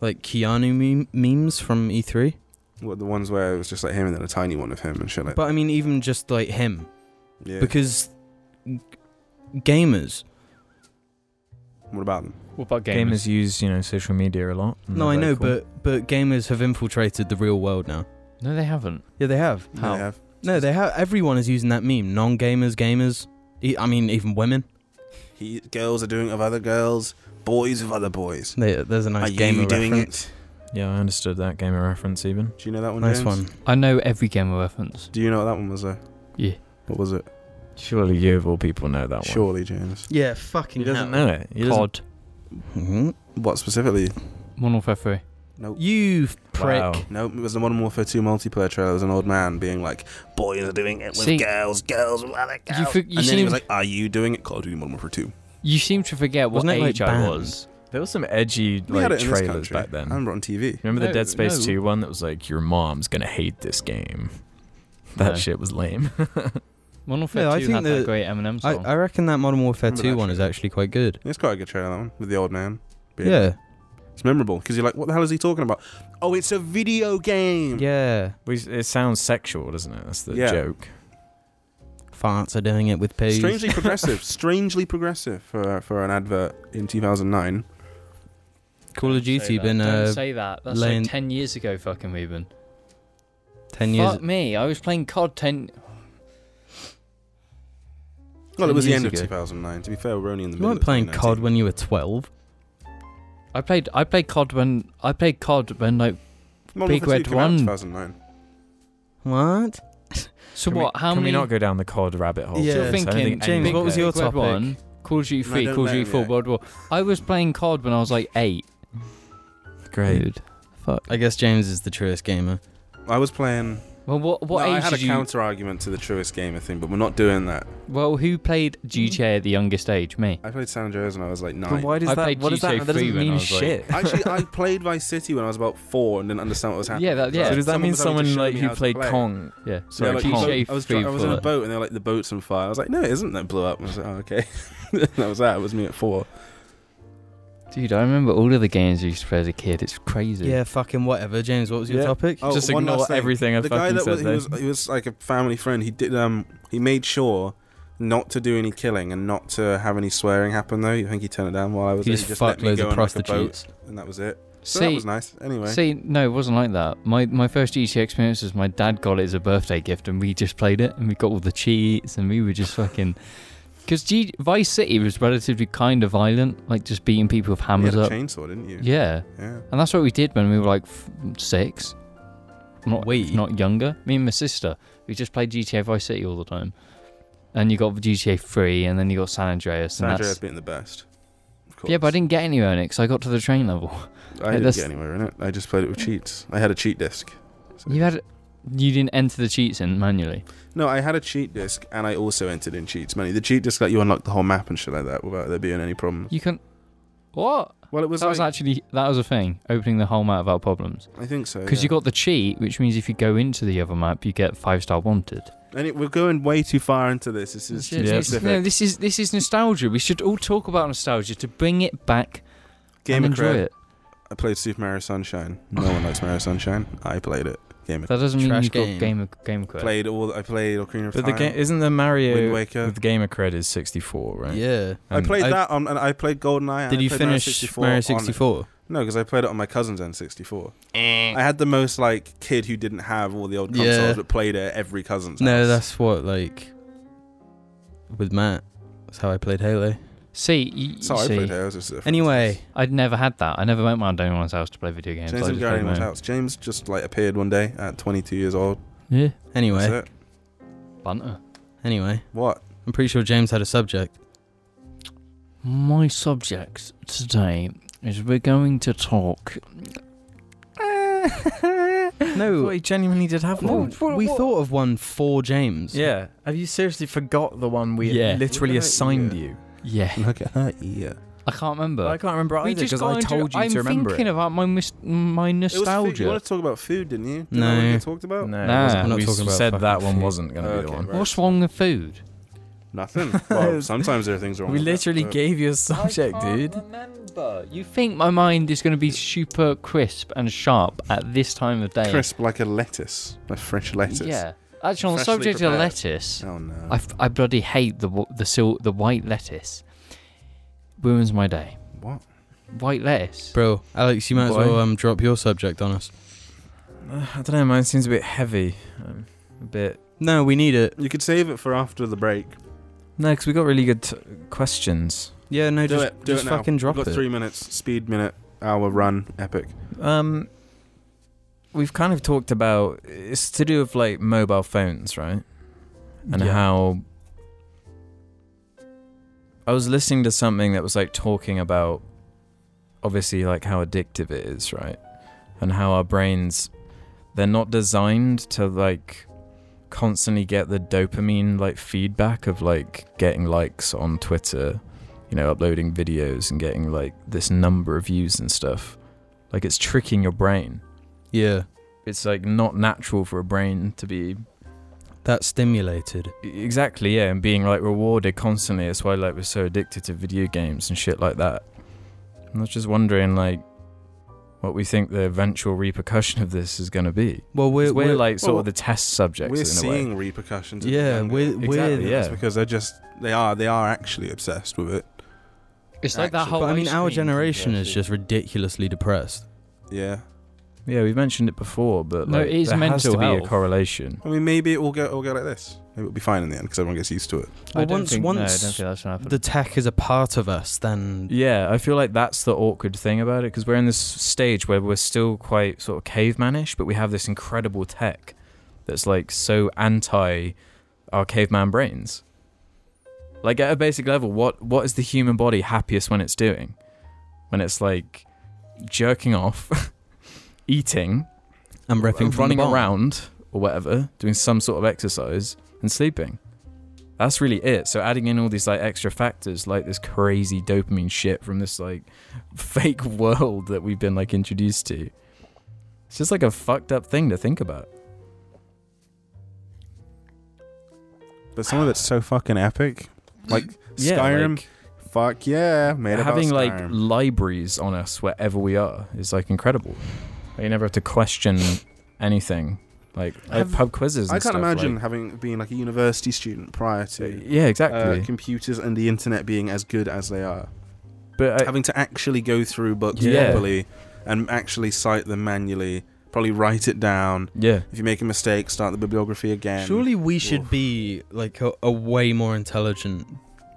S2: like Keanu meme- memes from E E3.
S1: What the ones where it was just like him and then a tiny one of him and shit like.
S2: But I mean, even just like him,
S1: yeah.
S2: because g- gamers
S1: What about them?
S4: What about gamers?
S3: Gamers use, you know, social media a lot. and
S2: No,
S3: they're
S2: I know,
S3: vocal.
S2: but but gamers have infiltrated the real world now.
S4: No, they haven't.
S2: Yeah, they have.
S1: You
S4: How?
S1: may have.
S2: No, they have. Everyone is using that meme. Non-gamers, gamers. E- I mean, even women.
S1: He, girls are doing it with other girls, boys with other boys.
S2: They, there's a nice
S1: are
S2: gamer
S1: you doing
S2: reference.
S1: it?
S3: Yeah, I understood that gamer reference even.
S1: Do you know that one?
S2: Nice
S1: James?
S2: one.
S4: I know every gamer reference.
S1: Do you know what that one was though?
S4: Yeah.
S1: What was it?
S3: Surely you of all people know that one.
S1: Surely, James.
S2: Yeah, fucking.
S3: He doesn't know it. He doesn't.
S4: COD.
S2: hmm
S1: What specifically?
S4: Modern Warfare 3.
S1: Nope.
S2: You f- prick.
S3: Wow.
S1: No, it was the Modern Warfare 2 multiplayer trailer. It was an old man being like, boys are doing it with
S4: See-
S1: girls, girls with other
S4: You
S1: girls.
S4: fig- you
S1: and then he
S4: seem-
S1: was like, are you doing it? Call of Duty Modern Warfare 2.
S4: You seem to forget what
S2: Wasn't it, like,
S4: age I
S2: banned?
S4: was.
S3: There was some edgy
S1: We had
S3: like
S1: it in this
S3: trailers
S1: country.
S3: back then.
S1: I remember on TV.
S3: Remember
S4: No,
S3: the Dead Space
S4: no.
S3: 2 one that was like, your mom's gonna hate this game? That
S4: No.
S3: shit was lame.
S4: Modern Warfare
S2: Yeah, I
S4: 2
S2: think
S4: had
S2: the-
S4: that great Eminem
S2: I,
S4: song.
S2: I reckon that Modern Warfare
S1: Remember
S2: 2
S1: that
S2: one is
S1: trailer.
S2: actually quite good.
S1: It's quite a good trailer, that one, with the old man.
S2: Yeah.
S1: Being-
S2: Yeah.
S1: It's memorable because you're like, what the hell is he talking about? Oh, it's a video game.
S3: We, it sounds sexual, doesn't it? That's the
S1: Yeah.
S3: joke.
S2: Farts are doing it with peas.
S1: Strangely progressive. Strangely progressive for, for an advert in 2009.
S2: Call of
S4: Don't say
S2: Duty
S4: that.
S2: been
S4: Don't
S2: uh,
S4: say that. That's
S2: laying-
S4: like 10 years ago, fucking Reuben.
S2: 10 years.
S4: Fuck me. I was playing COD 10.
S1: Well, it was the
S4: Years
S1: end of
S4: ago.
S1: 2009. To be fair, we're only in the
S2: You
S1: middle
S2: weren't
S1: of
S2: playing COD
S1: 2019.
S2: when you were 12.
S4: I played I played COD when I played COD when like
S1: Modern
S4: Big
S1: Warfare 2
S4: Red
S1: came out in
S4: One.
S1: 2009.
S2: What?
S4: so
S3: Can we-
S4: what how
S3: can
S4: many
S3: we not go down the COD rabbit hole?
S2: Yeah,
S4: you're
S3: James? I don't
S4: thinking
S3: think
S2: James,
S3: anyone
S2: what was
S3: cares.
S2: your
S4: Big Red
S2: topic?
S4: One, Call of Duty
S1: No,
S4: 3,
S1: don't
S4: Call of
S1: let
S4: Duty
S1: him
S4: 4,
S1: react.
S4: World War. I was playing COD when I was like 8.
S3: Great.
S4: Dude. Fuck.
S2: I guess James is the truest gamer.
S1: I was playing.
S4: Well, what what
S1: no,
S4: age
S1: I had a
S4: did you
S1: counter argument to the truest gamer thing, but we're not doing that.
S4: Well, who played GTA at the youngest age? Me.
S1: I played San Andreas when I was like
S3: But
S1: nine.
S3: why does
S4: I
S3: that?
S4: played
S3: What does
S4: GTA
S3: that? That
S4: 3
S3: doesn't
S4: when I
S3: mean
S4: was, like-
S3: shit.
S1: Actually, I played Vice City when I was about four and didn't understand what was happening.
S4: Yeah, that, yeah.
S3: so does that
S1: Someone
S3: mean
S1: was having to
S3: someone
S1: show
S3: like
S1: me
S3: who
S1: how to
S3: played
S1: play.
S3: Kong?
S4: yeah.
S3: Sorry,
S1: They're like,
S3: Kong.
S1: "Oh,
S4: GTA
S1: I was,
S4: 3
S1: dri- I was
S4: for
S1: in a
S4: that.
S1: boat and they were like the boat's on fire. I was like, no, it isn't. That blew up. And I was like, oh, okay. that was that. It was me at four.
S4: Dude, I remember all of the games I used to play as a kid. It's crazy.
S2: Yeah, fucking whatever. James, what was your
S3: Yeah.
S2: topic?
S1: Oh,
S3: Just
S1: one
S3: ignore
S1: last thing.
S3: everything I
S1: the guy
S3: fucking
S1: that
S3: said.
S1: was he, was he was like a family friend. He did um he made sure not to do any killing and not to have any swearing happen though. You think he turned it down while I was
S2: He
S1: there.
S2: just,
S1: let
S2: fucked
S1: me
S2: loads
S1: go
S2: of
S1: on, like, a boat,
S2: prostitutes.
S1: and that was it. So that
S4: See,
S1: was nice. Anyway,
S4: see, no, it wasn't like that. My my first GTA experience was my dad got it as a birthday gift, and we just played it, and we got all the cheats, and we were just fucking. Because G- Vice City was relatively kind of violent, like just beating people with
S1: you
S4: hammers
S1: had a
S4: up.
S1: chainsaw, didn't you?
S4: Yeah,
S1: Yeah.
S4: and that's what we did when we were like f- six. Not
S2: We?
S4: not younger. Me and my sister, we just played GTA Vice City all the time. And you got GTA Three, and then you got San Andreas,
S1: San
S4: and
S1: Andreas
S4: that's.
S1: being the best. Of course.
S4: Yeah, but I didn't get anywhere in it because I got to the train level.
S1: I
S4: Yeah,
S1: didn't
S4: that's-
S1: get anywhere in it. I just played it with cheats. I had a cheat disc. So-
S4: You had, you didn't enter the cheats in manually.
S1: No, I had a cheat disc, and I also entered in cheats. Money. The cheat disc let you unlock the whole map and shit like that without there being any problem.
S4: You can. What?
S1: Well, it was.
S4: that was
S1: like-
S4: actually that was a thing. Opening the whole map without problems.
S1: I think so. Oh,
S4: Because
S1: yeah.
S4: you got the cheat, which means if you go into the other map, you get five star wanted.
S1: And it, we're going way too far into this. This is too
S3: Yeah.
S4: It's-
S1: specific.
S4: No, this is this is nostalgia. We should all talk about nostalgia to bring it back
S1: Game
S4: and
S1: of
S4: enjoy
S1: Crab.
S4: it.
S1: I played Super Mario Sunshine. No one likes Mario Sunshine. I played it. Game of
S4: That doesn't mean
S2: Trash
S4: you've
S2: game.
S4: got game of game of Crab.
S1: Played all. I played Ocarina of
S3: But the
S1: Time.
S3: game isn't the
S1: Wind
S3: Mario
S1: Waker.
S3: with um, gamer cred is 64, right?
S2: Yeah.
S1: I
S3: And-
S1: played
S2: I-
S1: that on, and I played GoldenEye. and
S2: Did
S1: I
S2: you
S1: played Mario
S2: finish
S1: 64
S2: Mario
S1: on-
S2: 64?
S1: no, because I played it on my cousin's N64. I had the most like kid who didn't have all the old consoles
S2: Yeah.
S1: but played it at every cousin's.
S2: No,
S1: house.
S2: that's what, like, with Matt. That's how I played Halo.
S4: See, you, you
S1: so I
S4: see,
S1: played it. it was just different.
S2: Anyway,
S4: I'd never had that. I never went round anyone's house to play video games.
S1: James
S4: I
S1: didn't
S4: just
S1: go to
S4: played
S1: anyone's
S4: my own.
S1: house. James just like appeared one day at 22 years old.
S4: Yeah,
S1: That's
S2: anyway,
S1: it.
S4: banter.
S2: anyway.
S1: What?
S2: I'm pretty sure James had a subject.
S4: My subject today is we're going to talk.
S3: I
S2: No,
S3: thought he genuinely did have
S2: no,
S3: one.
S2: we thought of one for James.
S3: Yeah. Have you seriously forgot the one we
S4: Yeah.
S3: literally
S1: Yeah.
S3: assigned you?
S4: Yeah,
S1: Look at her ear.
S4: I can't remember.
S3: I can't remember
S4: We
S3: either
S4: just
S3: because
S4: got
S3: I
S4: into-
S3: told you
S4: I'm
S3: to remember
S4: thinking
S3: it.
S4: about my mis- my
S1: It was food. You
S4: nostalgia.
S1: wanted to talk about food, didn't you? Didn't That
S2: No.
S1: what you talked about?
S3: No,
S4: Nah.
S3: it wasn't.
S4: I'm
S2: not
S3: we
S2: talking about
S3: said that
S2: fucking
S3: one
S2: food.
S3: wasn't going to be
S1: Okay,
S3: the one.
S1: right.
S4: What's wrong with food?
S1: Nothing. Well, sometimes there are things wrong.
S3: We
S1: with that,
S3: literally
S1: but-
S3: gave you a subject, dude.
S4: Remember, you think my mind is going to be super crisp and sharp at this time of day?
S1: crisp like a lettuce, a fresh lettuce.
S4: Yeah. Actually, on
S1: Freshly
S4: the subject
S1: prepared.
S4: of lettuce,
S1: Oh no.
S4: I, f- I bloody hate the wa- the sil- the white lettuce. Ruins my day.
S1: What?
S4: White lettuce.
S2: Bro, Alex, you might as
S3: Boy.
S2: well um, drop your subject on us.
S3: Uh, I don't know. Mine seems a bit heavy. Um, a bit.
S2: No, we need it.
S1: You could save it for after the break.
S3: No, because we got really good t- questions.
S2: Yeah, no,
S1: do
S2: just,
S1: it. Do
S2: just
S1: it now.
S2: fucking drop
S1: We've got
S2: it.
S1: three minutes. Speed minute. Hour run. Epic.
S3: Um, we've kind of talked about it's to do with like mobile phones, right? And
S2: Yeah.
S3: how I was listening to something that was like talking about obviously like how addictive it is, right? And how our brains they're not designed to like constantly get the dopamine like feedback of like getting likes on Twitter, you know, uploading videos and getting like this number of views and stuff. Like it's tricking your brain.
S2: Yeah,
S3: It's like not natural for a brain to be e-,
S2: that's stimulated.
S3: exactly yeah and being like rewarded constantly that's why like we're so addicted to video games and shit like that and i was just wondering like what we think the eventual repercussion of this is going to be
S2: Well, we're,
S3: 'Cause we're,
S2: we're
S3: like sort
S1: well,
S3: of the test subjects
S1: We're
S3: in a way
S1: seeing repercussions. of
S2: yeah,
S1: young
S2: we're,
S1: people.
S2: we're
S3: Exactly,
S1: It's
S3: yeah.
S1: because they're just they are they are actually obsessed with it.
S4: It's like that
S1: Actually.
S4: whole.
S2: But I mean,
S4: ice
S2: our
S4: cream
S2: generation is
S4: controversy.
S2: just ridiculously depressed.
S1: Yeah.
S3: yeah we've mentioned it before but
S4: No,
S3: like
S4: it is
S3: there has to
S4: mental
S3: be a
S4: health.
S3: correlation
S1: I mean, maybe it will go it'll go like this. Maybe it'll be fine in the end because everyone gets used to it.
S4: I
S2: Well,
S4: don't
S2: once-
S4: think, no, I
S2: once
S4: don't think that's gonna happen.
S2: The tech is a part of us, then.
S3: yeah i feel like that's the awkward thing about it because we're in this stage where we're still quite sort of cavemanish but we have this incredible tech that's like so anti our caveman brains like at a basic level what what is the human body happiest when it's doing when it's like jerking off eating
S2: I'm ripping from the
S3: running
S2: bomb.
S3: around or whatever doing some sort of exercise and sleeping that's really it so adding in all these like extra factors like this crazy dopamine shit from this like fake world that we've been like introduced to it's just like a fucked up thing to think about
S1: But some of it's so fucking epic. Like
S3: Mm. Yeah,
S1: Skyrim.
S3: like-
S1: fuck yeah, made about
S3: having like
S1: Skyrim.
S3: libraries on us wherever we are is like incredible. Like, you never have to question anything. Like I have
S1: Have-
S3: pub quizzes. And
S1: I can't
S3: stuff,
S1: imagine
S3: like-
S1: having been like a university student prior to
S3: yeah,
S1: uh,
S3: exactly.
S1: computers and the internet being as good as they are.
S3: but I,
S1: having to actually go through books
S3: Yeah.
S1: properly and actually cite them manually, probably write it down.
S3: yeah,
S1: If you make a mistake, start the bibliography again.
S2: Surely we should
S1: Oof.
S2: be like a, a way more intelligent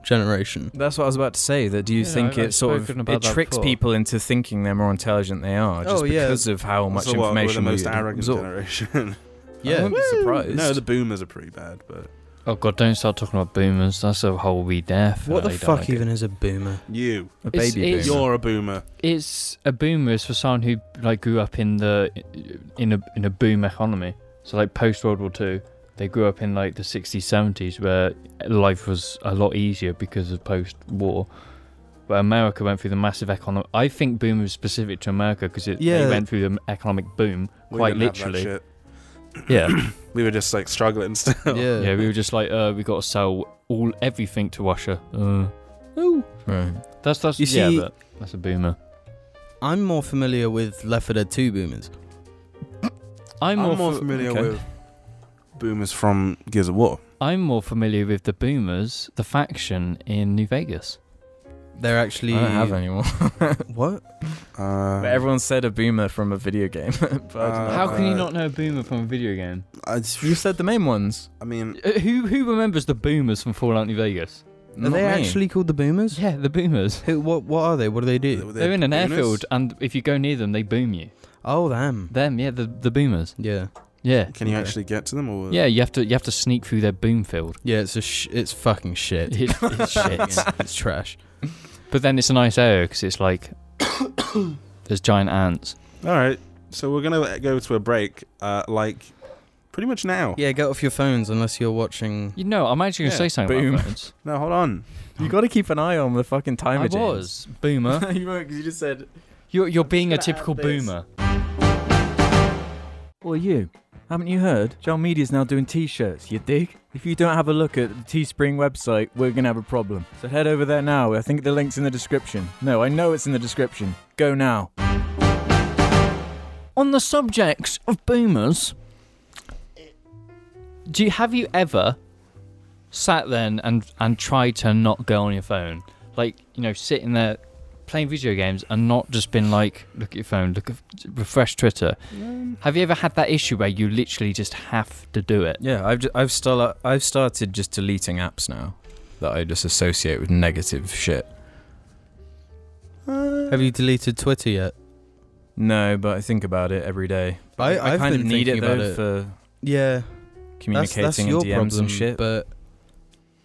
S2: generation.
S3: that's what I was about to say. That do you
S4: Yeah,
S3: think
S4: I've-
S3: it
S4: I've
S3: sort of
S4: spoken about
S3: it
S4: that
S3: tricks
S4: before.
S3: people into thinking they're more intelligent than they are
S2: Oh,
S3: just
S2: yeah.
S3: because of how much
S1: So what,
S3: information
S1: we're the most
S3: we
S1: arrogant
S3: absorb?
S1: generation.
S3: I
S2: Yeah.
S3: wouldn't be surprised.
S1: no, the boomers are pretty bad, but
S4: oh god, don't start talking about boomers. That's a whole we dare. for.
S2: What the
S4: I don't
S2: fuck
S4: like it.
S2: even is a boomer?
S1: you,
S3: a
S4: It's-
S3: baby
S4: it's-
S3: boomer.
S1: you're a boomer.
S4: It's a boomer is for someone who like grew up in the in a in a boom economy. So like post World War Two, they grew up in like the 60s, 70s where life was a lot easier because of post war. But America went through the massive economic. I think boomers specific to America because
S2: Yeah.
S4: they went through the economic boom.
S1: We
S4: Quite
S1: didn't have that
S4: literally.
S1: shit.
S4: Yeah,
S1: We were just like struggling still.
S2: Yeah.
S4: yeah. We were just like, uh, we got to sell all everything to Russia. Uh, ooh.
S3: Right.
S4: That's that's
S2: You see-
S4: yeah, but that's a boomer.
S2: I'm more familiar with Left 4 Dead 2 boomers.
S4: I'm,
S1: I'm more,
S4: more, fa-
S1: familiar
S3: okay.
S1: with boomers from Gears of War.
S4: I'm more familiar with the boomers, the faction in New Vegas.
S2: They're
S3: I
S2: actually
S3: don't have anymore.
S2: what?
S1: Uh,
S3: but everyone said a boomer from a video game. but I don't know.
S4: How can you
S1: Uh,
S4: not know a boomer from a video game?
S1: I,
S3: You said the main ones.
S1: I mean,
S4: Uh, Who who remembers the boomers from Fallout New Vegas?
S2: Are
S3: Not
S2: they
S3: me.
S2: actually called the boomers?
S4: Yeah, the boomers.
S2: Who? What? What are they? What do they do?
S1: were they
S4: They're in an
S1: boomers?
S4: airfield, and if you go near them, they boom you.
S2: Oh, them.
S4: Them, yeah, the the boomers.
S2: Yeah.
S4: Yeah,
S1: Can you
S2: Okay.
S1: actually get to them? Or
S4: yeah. You have to you have to sneak through their boom field.
S2: Yeah. It's a. Sh- it's fucking shit.
S4: It's, it's shit.
S2: Yeah, it's trash.
S4: But then it's a nice area because it's like there's giant ants.
S1: All right. So we're gonna go to a break, uh, like pretty much now.
S2: Yeah. Get off your phones unless you're watching.
S4: You know, I'm actually gonna
S1: Yeah,
S4: say something
S3: boom.
S4: about phones.
S1: No, hold on.
S3: You got to keep an eye on the fucking timer.
S4: I
S3: James.
S4: was boomer.
S3: you weren't because you just said.
S4: You're you're being a
S1: gonna add
S4: typical
S1: this.
S4: boomer.
S3: Well, you. Haven't you heard? Gel Media's now doing t-shirts, you dig? If you don't have a look at the Teespring website, we're gonna have a problem. So head over there now. I think the link's in the description. No, I know it's in the description. Go now.
S4: on the subject of boomers, do you have you ever sat then and and tried to not go on your phone, like you know sitting there playing video games and not just been like, look at your phone, look at refresh Twitter?
S1: Um,
S4: Have you ever had that issue where you literally just have to do it?
S3: Yeah, I've ju- I've still I've started just deleting apps now that I just associate with negative shit.
S2: Have you deleted Twitter yet?
S3: No, but I think about it every day.
S2: I- I've
S3: kind of
S2: been
S3: need it
S2: thinking about
S3: though
S2: it.
S3: for
S2: Yeah, that's,
S3: communicating
S2: that's
S3: and
S2: your
S3: DMs
S2: problem.
S3: and shit.
S2: But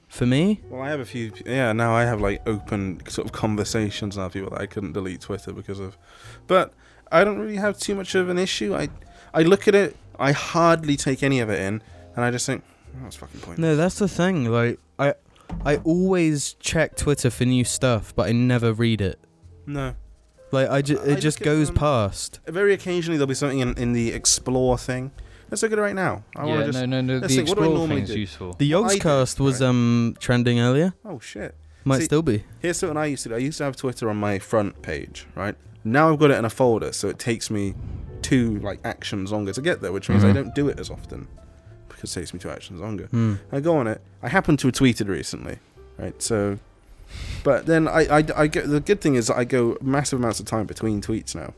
S2: for me,
S1: Well, I have a few. Yeah, now I have like open sort of conversations now. with People that I couldn't delete Twitter because of, but I don't really have too much of an issue. I I look at it. I hardly take any of it in, and I just think oh, that's fucking pointless.
S2: no, that's the thing. Like I, I always check Twitter for new stuff, but I never read it.
S1: No.
S2: Like I, ju-
S1: I
S2: it
S1: look
S2: just
S1: at,
S2: goes
S1: um,
S2: past.
S1: Very occasionally there'll be something in, in the explore thing. Let's look at it right now. I want
S4: yeah,
S1: to Oh, just.
S4: no, no, no.
S1: let's
S4: The
S1: think, what do I
S4: explore
S1: normally
S4: thing is
S1: do?
S4: useful.
S2: The
S1: what I
S2: Yogscast
S1: do-
S2: cast was
S1: right.
S2: um trending earlier.
S1: Oh shit.
S2: Might
S1: See-
S2: still be.
S1: Here's something I used to do. I used to have Twitter on my front page, right? Now I've got it in a folder, so it takes me two like actions longer to get there, which means I
S3: Mhm.
S1: don't do it as often because it takes me two actions longer.
S2: Hmm.
S1: I go on it. I happen to have tweeted recently, right? So, but then I, I, I go, the good thing is I go massive amounts of time between tweets now.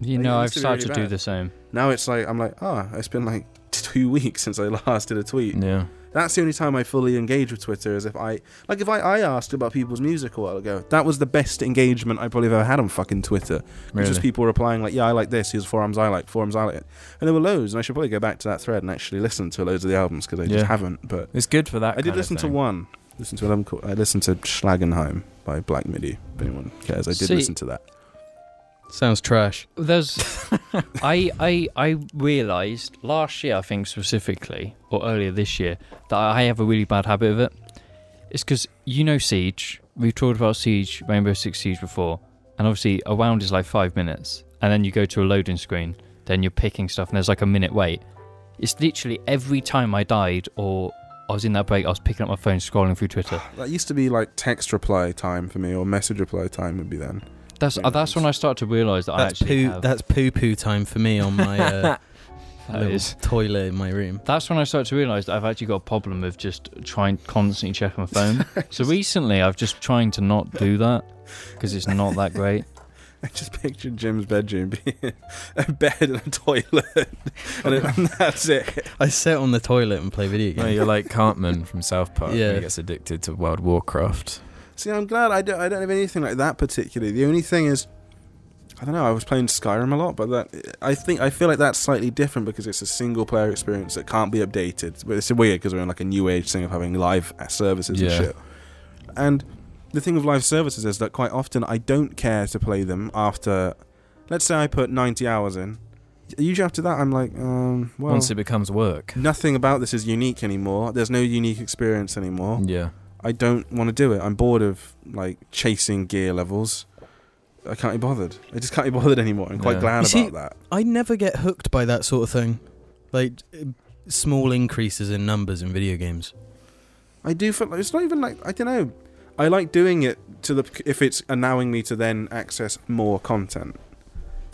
S4: You
S1: Yeah,
S4: know,
S1: it
S4: I've
S1: must be really
S4: started to do
S1: bad.
S4: the same.
S1: Now it's like I'm like, ah, it's been like two weeks since I last did a tweet.
S3: yeah,
S1: That's the only time I fully engage with Twitter is if I like if I, I asked about people's music a while ago. That was the best engagement I probably have ever had on fucking Twitter. It's
S3: really.
S1: just people replying like, "Yeah, I like this. Here's forums I like. Forums I like." It. And there were loads, and I should probably go back to that thread and actually listen to loads of the albums because I
S3: Yeah.
S1: just haven't. But
S3: it's good for that.
S1: I did
S3: kind
S1: listen
S3: of
S1: to
S3: thing.
S1: one. Listen to an album called, I listened to Schlagenheim by Black Midi.
S3: Hmm.
S1: If anyone cares, I did
S4: See-
S1: listen to that.
S2: Sounds trash.
S4: There's, I, I, I realised last year, I think specifically, or earlier this year, that I have a really bad habit of it. It's because you know Siege. We've talked about Siege, Rainbow Six Siege before, and obviously a round is like five minutes, and then you go to a loading screen, then you're picking stuff, and there's like a minute wait. It's literally every time I died or I was in that break, I was picking up my phone, scrolling through Twitter.
S1: That used to be like text reply time for me, or message reply time would be then.
S4: That's uh,
S1: Yeah,
S4: that's when I start to realise that
S2: That's
S4: I actually
S2: poo.
S4: have.
S2: That's poo poo time for me on my uh,
S4: That
S2: little
S4: is.
S2: toilet in my room.
S4: That's when I started to realise that I've actually got a problem with just trying constantly checking my phone. so recently, I've just trying to not do that because it's not that great.
S1: I just pictured Jim's bedroom being a bed and a toilet, and, it, and that's it.
S2: I sit on the toilet and play video
S3: No,
S2: games.
S3: you're like Cartman from South Park.
S2: Yeah.
S3: Yeah, he gets addicted to World Warcraft.
S1: See, I'm glad I don't, I don't have anything like that particularly. The only thing is, I don't know. I was playing Skyrim a lot, but that I think I feel like that's slightly different because it's a single player experience that can't be updated. But it's weird because we're in like a new age thing of having live services and
S3: Yeah.
S1: shit. And the thing with live services is that quite often I don't care to play them after. Let's say I put 90 hours in. Usually after that, I'm like, um, well,
S3: Once it becomes work.
S1: nothing about this is unique anymore. There's no unique experience anymore.
S3: Yeah.
S1: I don't want to do it. I'm bored of like chasing gear levels. I can't be bothered. I just can't be bothered anymore. I'm quite
S3: Yeah.
S1: glad
S2: You see-
S1: about that.
S2: I never get hooked by that sort of thing, like uh, small increases in numbers in video games.
S1: I do feel like it's not even like I don't know. I like doing it to the if it's allowing me to then access more content.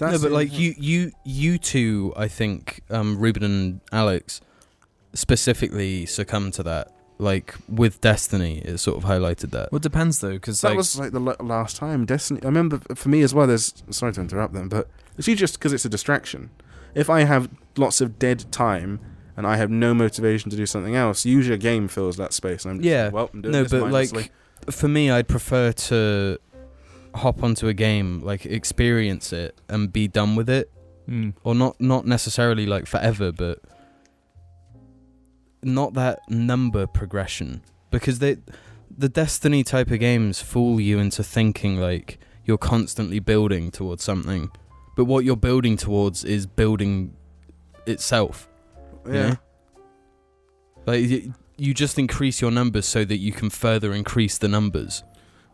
S2: no, but
S1: the-
S2: like you, you, you two, I think um, Ruben and Alex specifically succumb to that. Like with Destiny, it sort of highlighted that.
S3: Well, it depends though, because
S1: that
S3: like,
S1: was like the l- last time Destiny. I remember for me as well. There's sorry to interrupt them, but it's usually just because it's a distraction. If I have lots of dead time and I have no motivation to do something else, usually a game fills that space. And I'm just
S2: Yeah.
S1: like, well, I'm doing
S2: No,
S1: this
S2: but
S1: mindlessly.
S2: like for me, I'd prefer to hop onto a game, like experience it and be done with it,
S1: Hmm.
S2: or not not necessarily like forever, but not that number progression because they the Destiny type of games fool you into thinking like you're constantly building towards something, but what you're building towards is building itself. you
S1: yeah.
S2: know? Like y- you just increase your numbers so that you can further increase the numbers.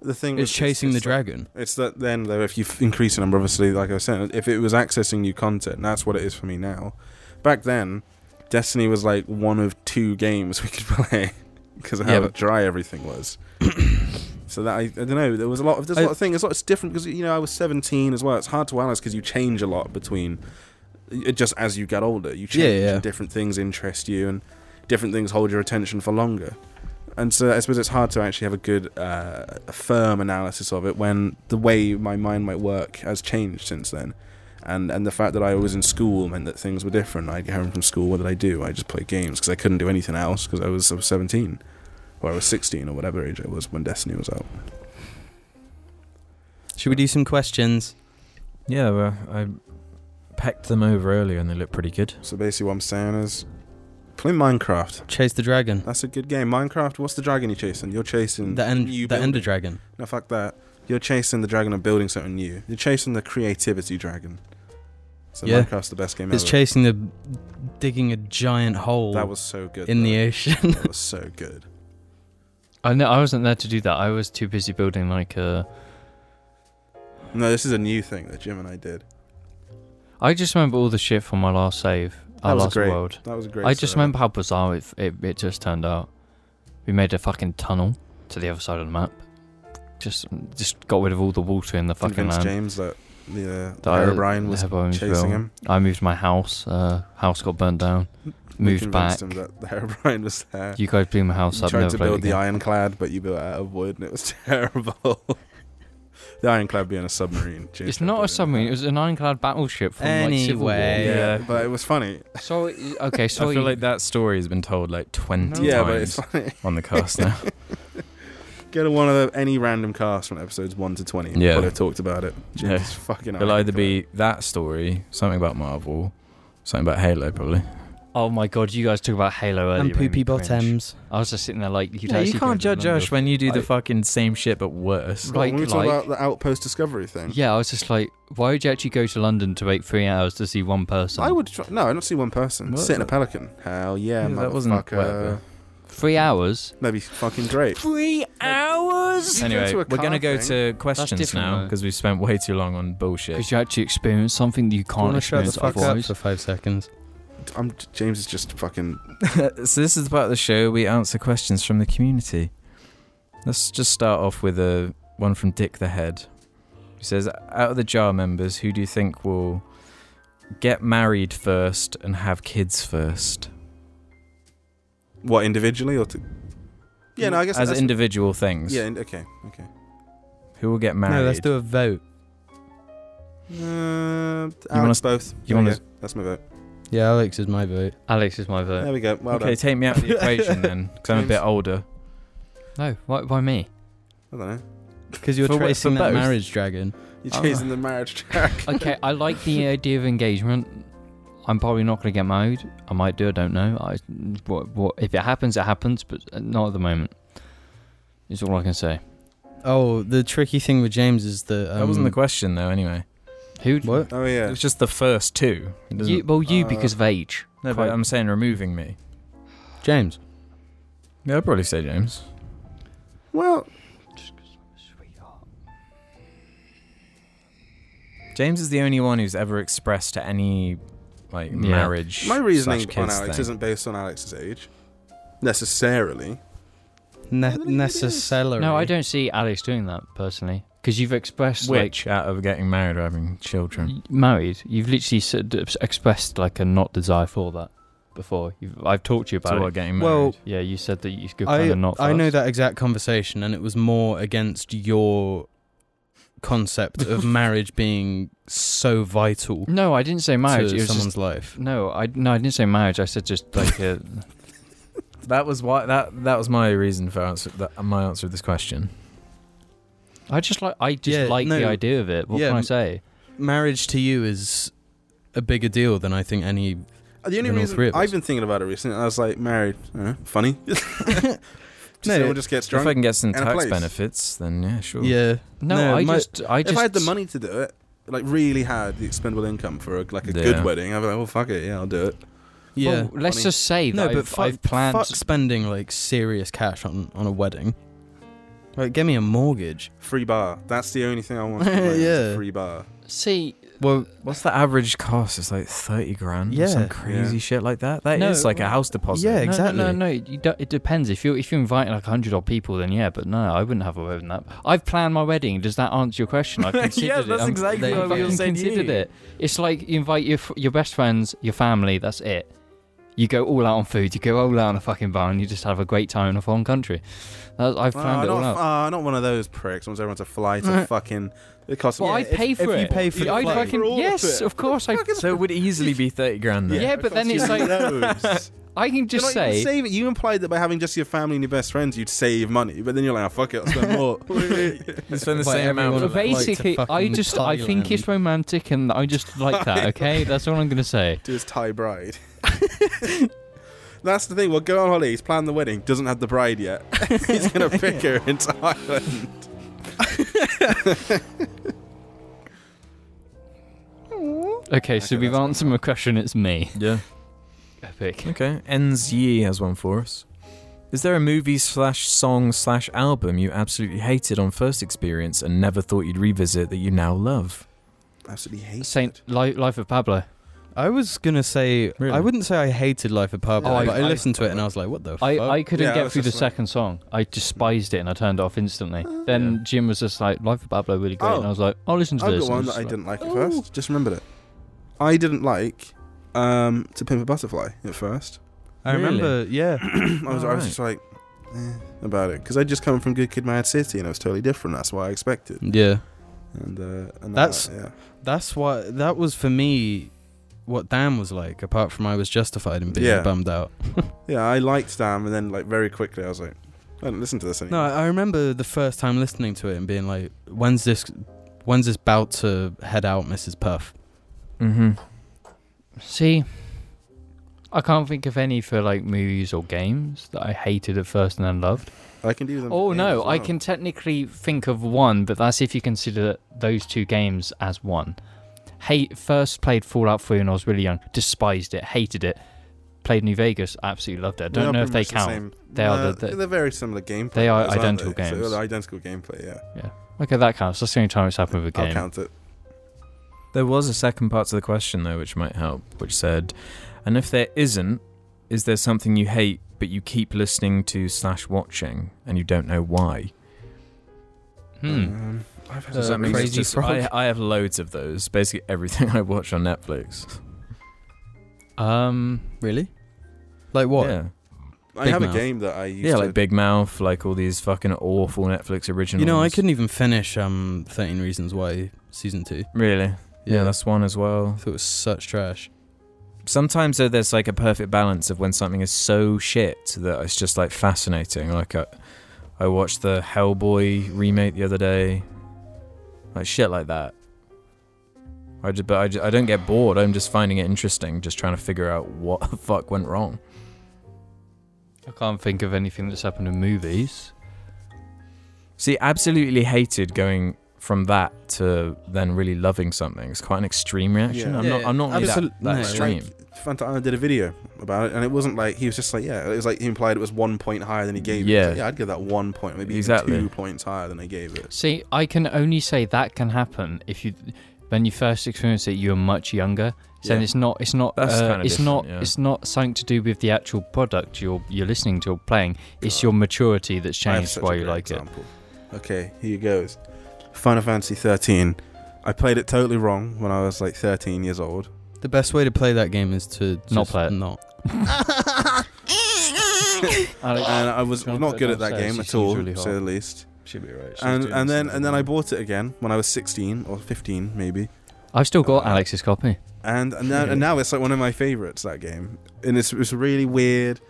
S1: The thing
S2: It's
S1: with-
S2: chasing the
S1: like-
S2: dragon.
S1: It's that then though, if you f- increase the number, obviously, like I was saying, if it was accessing new content, that's what it is for me now. Back then, Destiny was like one of two games we could play because of how
S2: Yeah, but-
S1: dry everything was. so that I, I don't know, there was a lot of there's a
S2: I-
S1: lot of things. It's, lot, it's different because you know I was 17 as well. It's hard to analyze because you change a lot between it just as you get older. You change
S2: yeah.
S1: and different things interest you and different things hold your attention for longer. and so I suppose it's hard to actually have a good, uh, a firm analysis of it when the way my mind might work has changed since then, and and the fact that I was in school meant that things were different. I'd get home from school. What did I do? I just played games because I couldn't do anything else because I was, I was seventeen, or I was sixteen, or whatever age I was when Destiny was out.
S2: Should we do some questions?
S3: Yeah, well, I pecked them over earlier and they look pretty good.
S1: So basically, what I'm saying is, play Minecraft.
S2: Chase the dragon.
S1: That's a good game. Minecraft. What's the dragon you're chasing? You're chasing
S2: The end.
S1: you
S2: The
S1: build
S2: ender
S1: it.
S2: dragon.
S1: No, fuck that. You're chasing the dragon and building something new. You're chasing the creativity dragon. So
S2: Yeah.
S1: Minecraft's the best game
S2: It's
S1: ever.
S2: chasing the digging a giant hole
S1: that was so good.
S2: in the
S1: though.
S2: ocean.
S1: that was so good.
S4: I know I wasn't there to do that. I was too busy building like uh, a.
S1: No, this is a new thing that Jim and I did.
S4: I just remember all the shit from my last save,
S1: That
S4: our
S1: was
S4: last
S1: great.
S4: world.
S1: That was a great.
S4: I just
S1: server.
S4: remember how bizarre it, it it just turned out. We made a fucking tunnel to the other side of the map. Just just got rid of all the water in the fucking
S1: convinced
S4: land.
S1: James that the
S4: That I-
S1: uh, Brian was
S4: Herobrine's
S1: chasing
S4: real.
S1: him.
S4: I moved my house. Uh, house got burned down.
S1: We
S4: Moved back.
S1: convinced him that the Herobrine was there.
S4: You guys blew my house
S1: You
S4: up. Never
S1: tried to
S4: played
S1: build the
S4: again.
S1: ironclad, but you built it out of wood, and it was terrible. the ironclad being a submarine. James
S4: It's
S1: tried
S4: not
S1: building
S4: a submarine. It was an ironclad battleship from like Civil War.
S2: Anyway.
S1: Yeah,
S3: Yeah.
S1: but it was funny.
S4: So uh, okay, so
S3: I feel like that story has been told like 20
S1: yeah, but it's
S3: times
S1: funny.
S3: on the cast now.
S1: Go to one of the, any random cast from episodes one to twenty.
S3: Yeah.
S1: we'll have talked about it.
S3: Yeah.
S1: Jesus fucking.
S3: It'll either be that story, something about Marvel, something about Halo, probably.
S4: oh my god, you gums talk about Halo earlier.
S2: and
S4: it made
S2: poopy
S4: me cringe.
S2: bottoms.
S4: I was just sitting there like you.
S3: you can't judge us when you do the
S4: I-
S3: fucking same shit but worse.
S1: But when we
S4: like-
S1: talk
S4: like-
S1: about the outpost discovery thing.
S4: Yeah, I was just like, why would you actually go to London to wait three hours to see one person?
S1: I would try, no, I don't see one person
S3: What?
S1: sit in a pelican. Hell yeah,
S3: Yeah, that
S1: motherfucker.
S3: wasn't whatever.
S4: Three hours.
S1: That'd be fucking great.
S3: Three hours.
S1: You go
S3: Anyway,
S1: to a
S3: we're gonna
S1: car
S3: go
S1: thing.
S3: to questions
S4: different,
S3: now
S4: though.
S3: because we've spent way too long on bullshit.
S4: Because you actually experience something that you can't
S2: wanna shut the
S4: experience
S2: fuck up
S4: otherwise.
S2: for five seconds?
S1: I'm James is just fucking.
S3: so this is the part of the show we answer questions from the community. Let's just start off with a one from Dick the Head. He says, "Out of the Jar members, who do you think will get married first and have kids first?
S1: What individually or to? Yeah, no, I guess
S3: as
S1: that's-
S3: individual things.
S1: Yeah, in- okay, okay.
S3: Who will get married?
S2: No, let's do a vote.
S1: Uh,
S3: wanna
S1: Alex
S3: s-
S1: both.
S3: you
S1: There we
S3: wanna-
S1: go. That's my vote.
S2: Yeah, Alex is my vote.
S4: Alex is my vote.
S1: There we go. Well
S3: Uh, okay, take me out of the equation then, because I'm a bit
S1: James.
S3: older.
S4: No, why, why me?
S1: done. I don't know.
S2: Because you're
S3: For what-
S2: tracing
S3: for
S2: that
S3: both?
S2: marriage dragon.
S3: Oh.
S1: You're chasing the marriage track.
S4: Okay, I like the idea of engagement. I'm probably not going to get married. I might do. I don't know. I what, what if it happens, it happens, but not at the moment. Is all I can say.
S2: Oh, the tricky thing with James is that um,
S3: that wasn't the question though. Anyway,
S4: Who?
S2: What?
S1: Oh
S3: it
S1: yeah.
S3: was just the first two. It doesn't-
S4: You, well, you
S1: Uh,
S4: because of age.
S3: no, but
S4: quite-
S3: I'm saying removing me.
S2: James.
S3: Yeah, I'd probably say James.
S1: Well,
S3: James is the only one who's ever expressed to any like
S4: Yeah.
S3: marriage.
S1: my reasoning
S3: slash
S1: on
S3: kids
S1: Alex
S3: thing.
S1: isn't based on Alex's age necessarily.
S2: Ne-
S1: Really, it is.
S2: necessarily.
S4: No, I don't see Alex doing that personally because you've expressed
S3: Which out of getting married or having
S4: like
S3: children?
S4: y- married. You've literally s- d- expressed like a not desire for that before. You've, I've talked to you
S3: So
S4: about
S3: what
S4: it.
S3: getting married?
S2: Well,
S4: Yeah, you said that you could kind
S2: I,
S4: of not.
S2: I know
S4: first.
S2: that exact conversation, and it was more against your concept of marriage being so vital
S4: No, I didn't say marriage.
S2: to
S4: It was
S2: someone's
S4: just,
S2: life.
S4: no, I no, I didn't say marriage. I said just like a,
S3: that was why that that was my reason for answer, that, my answer to this question.
S4: I just like I just
S2: Yeah,
S4: like the
S2: no.
S4: idea of it. What
S2: Yeah,
S4: can I
S2: m-
S4: say?
S2: Marriage to you is a bigger deal than I think any.
S1: The only
S2: Than all three
S1: reason
S2: of us.
S1: I've been thinking about it recently, and I was like, married, uh, funny. just
S2: No,
S1: everyone just gets
S3: If I
S1: drunk.
S3: can get some
S1: and a
S3: tax
S1: place.
S3: benefits, then yeah, sure.
S2: Yeah.
S4: No,
S2: No,
S4: I
S2: my-
S4: just I
S1: If I,
S4: just
S1: had the money to do it, like really had the expendable income for a, like a
S3: Yeah.
S1: good wedding, I'd be like, well, fuck it, yeah, I'll do it.
S4: Well,
S2: Yeah.
S4: let's
S1: Money.
S4: just say that
S2: no,
S4: I've,
S2: but fuck,
S4: I've planned.
S2: fuck spending like serious cash on on a wedding. Like, give me a mortgage.
S1: Free bar. That's the only thing I want. From the wedding,
S2: Yeah.
S1: is Free bar.
S4: See,
S2: Well,
S3: What's the average cost? It's like thirty grand.
S2: Yeah.
S3: Or some crazy
S1: Yeah.
S3: shit like that. That is
S4: No,
S3: like a
S4: well,
S3: house deposit.
S2: yeah.
S4: no, no,
S2: exactly.
S4: No, no, you don't- it depends. If you if you invite like hundred odd people, then yeah. But no, I wouldn't have a wedding that. I've planned my wedding. Does that answer your question? I've
S3: Yeah,
S4: considered it.
S3: that's
S4: I'm-
S3: exactly
S4: I've
S2: what we were
S4: fucking
S3: saying to
S4: considered
S3: you.
S4: it. It's like you invite your f- your best friends, your family. That's it. You go all out on food. You go all out on a fucking bar, and you just have a great time in a foreign country. That, I've
S1: Ah,
S4: found it all
S1: not,
S4: out.
S1: ah, not one of those pricks. Wants everyone to fly to fucking. It costs.
S4: Well,
S1: yeah,
S4: I'd
S1: if-
S4: pay
S2: if
S4: for
S2: you
S4: it.
S2: pay for the
S4: I'd
S2: flight.
S4: fucking
S1: For all of
S4: yes,
S1: it.
S4: of course. I
S3: So it would easily be 30 grand then.
S4: Yeah,
S1: it
S4: but then
S1: costs
S4: it's
S1: you
S4: like-
S1: loads.
S4: I can just
S1: You're not even
S4: say
S1: saving- you implied that by having just your family and your best friends, you'd save money. But then you're like, oh, fuck it, I'll spend more.
S3: You spend the
S2: But
S3: same amount.
S2: everyone- Well,
S3: For that.
S2: like to
S4: basically. I
S2: fucking
S4: just I think it's
S2: Thailand.
S4: romantic, and I just like that. Okay, that's all I'm gonna say.
S1: Do his Thai bride. That's the thing. We'll go on holiday. He's planned the wedding. Doesn't have the bride yet. He's gonna pick her in Thailand.
S4: Okay,
S1: Okay,
S4: so we've
S1: that's
S4: answered my question. It's me.
S3: Yeah.
S4: Epic.
S3: Okay. Enz Yi has one for us. Is there a movie slash song slash album you absolutely hated on first experience and never thought you'd revisit that you now love?
S1: Absolutely hate.
S4: Saint Li- Life of Pablo.
S2: I was gonna say
S3: Really?
S2: I wouldn't say I hated Life of Pablo,
S4: Oh, I-
S2: but I,
S4: I-
S2: listened to it and I was like, what the
S4: I,
S2: fuck?
S4: I couldn't
S1: Yeah,
S4: get
S1: that's
S4: through the
S1: just like-
S4: second song. I despised it and I turned it off instantly. then Jim was just like, Life of Pablo really great.
S1: Oh.
S4: And I was like, I'll listen to
S1: I've
S4: this.
S1: got one
S4: and was
S1: that I
S4: just
S1: didn't like at
S4: "Ooh."
S1: first. Just remembered it. I didn't like um, to pimp a butterfly at first.
S2: I remember, yeah.
S1: I was, I was just like eh, about it because I just come from Good Kid, Mad City, and it was totally different. That's what I expected.
S2: Yeah.
S1: And, uh, and
S2: That's-
S1: that, yeah.
S2: That's what that was for me what Dan was like, apart from I was justified in being
S1: Yeah.
S2: bummed out.
S1: yeah, I liked Dam, and then like very quickly I was like, I don't listen to this
S2: No,
S1: anymore.
S2: I I remember the first time listening to it and being like, when's this when's this bout to head out, Mrs. Puff?
S3: Mm-hmm.
S4: See, I can't think of any for like movies or games that I hated at first and then loved.
S1: I can do them.
S4: Oh
S1: games
S4: no,
S1: as
S4: I
S1: well.
S4: can technically think of one, but that's if you consider those two games as one. Hate first played Fallout 3 when I was really young, despised it, hated it. Played New Vegas, absolutely loved it. I
S1: They
S4: don't
S1: are
S4: know if
S1: pretty
S4: they
S1: much the
S4: count.
S1: same.
S4: They are
S1: No,
S4: the- the-
S1: they're very similar gameplay.
S4: They are
S1: wise, aren't
S4: identical
S1: they? So
S4: games.
S1: they're identical gameplay, yeah.
S4: Okay, that counts. That's the only time it's happened with a
S1: I'll
S4: game.
S1: count it.
S3: There was a second part to the question, though, which might help, which said, and if there isn't, is there something you hate but you keep listening to slash watching and you don't know why?
S4: Hmm.
S1: Um, I've had
S2: Does
S1: a
S2: that mean
S1: mix-
S2: Uh, Crazy
S3: just,
S2: Frog.
S3: I, I have loads of those. Basically, everything I watch on Netflix.
S4: Um,
S2: Really? Like what?
S3: Yeah,
S1: I
S2: Big
S1: have
S2: Mouth.
S1: a game that I used
S3: yeah
S1: to.
S3: like Big Mouth, like all these fucking awful Netflix originals.
S2: You know, I couldn't even finish um Thirteen Reasons Why season two.
S3: Really? Yeah, that's one as well.
S2: I thought it was such trash.
S3: Sometimes, though, there's like a perfect balance of when something is so shit that it's just like fascinating. Like, I, I watched the Hellboy remake the other day. Like, shit like that. I just, but I, ju- I don't get bored. I'm just finding it interesting, just trying to figure out what the fuck went wrong.
S4: I can't think of anything that's happened in movies.
S3: See, absolutely hated going from that to then really loving something. It's quite an extreme reaction.
S1: Yeah.
S3: I'm
S2: Yeah,
S3: not. I'm not really
S2: absolute-
S3: that, that
S2: no,
S3: extreme.
S1: Like, Fantana did a video about it, and it wasn't like he was just like, yeah, it was like he implied it was one point higher than he gave. it. He was
S3: Yeah.
S1: like, yeah, I'd give that one point, maybe
S3: Exactly.
S1: even two points higher than I gave it.
S4: See, I can only say that can happen if you, when you first experience it, you are much younger. So
S1: Yeah.
S4: it's not, it's not,
S3: That's
S4: uh,
S3: kinda
S4: it's not,
S3: different, yeah.
S4: it's not something to do with the actual product you're you're listening to or playing. It's your maturity that's
S1: I have
S4: changed
S1: such
S4: why
S1: a
S4: you
S1: great
S4: like
S1: example. Okay, here goes. Final Fantasy 13. I played it totally wrong when I was like 13 years old.
S2: The best way to play that game is to
S4: Not
S2: just
S4: play it.
S2: Not.
S4: it. Alex,
S1: and I was
S4: Trying to
S1: not
S4: put it
S1: good at that
S4: downstairs,
S1: game
S4: she
S1: at
S4: seems
S1: all,
S4: really
S1: to
S4: hot.
S1: say the least.
S3: Should be right.
S1: And and then and then I bought it again when I was 16 or 15 maybe.
S4: I've still got
S1: Uh,
S4: Alex's copy.
S1: And and now, and now it's like one of my favorites that game. And it's it's really weird.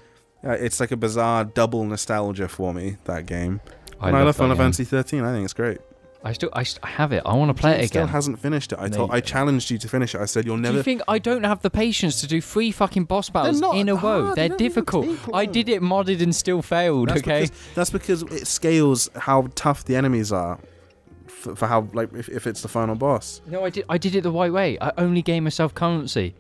S1: Uh, it's like a bizarre double nostalgia for me that game. and I love
S4: that
S1: Final
S4: game.
S1: Fantasy 13. I think it's great.
S4: I still, I, st- I have it. I want to play it
S1: It still
S4: again.
S1: hasn't finished it. I
S3: There
S1: told,
S3: you
S1: I
S3: go.
S1: challenged you to finish it. I said you'll
S4: Do you
S1: never
S4: think I don't have the patience to do three fucking boss battles
S1: not
S4: in a row?
S1: hard, they
S4: They're
S1: don't even
S4: difficult.
S1: take
S4: I
S1: long.
S4: did it modded and still failed.
S1: That's
S4: okay.
S1: Because, that's because it scales how tough the enemies are for, for how like if, if it's the final boss.
S4: No, I did. I did it the right way. I only gave myself currency.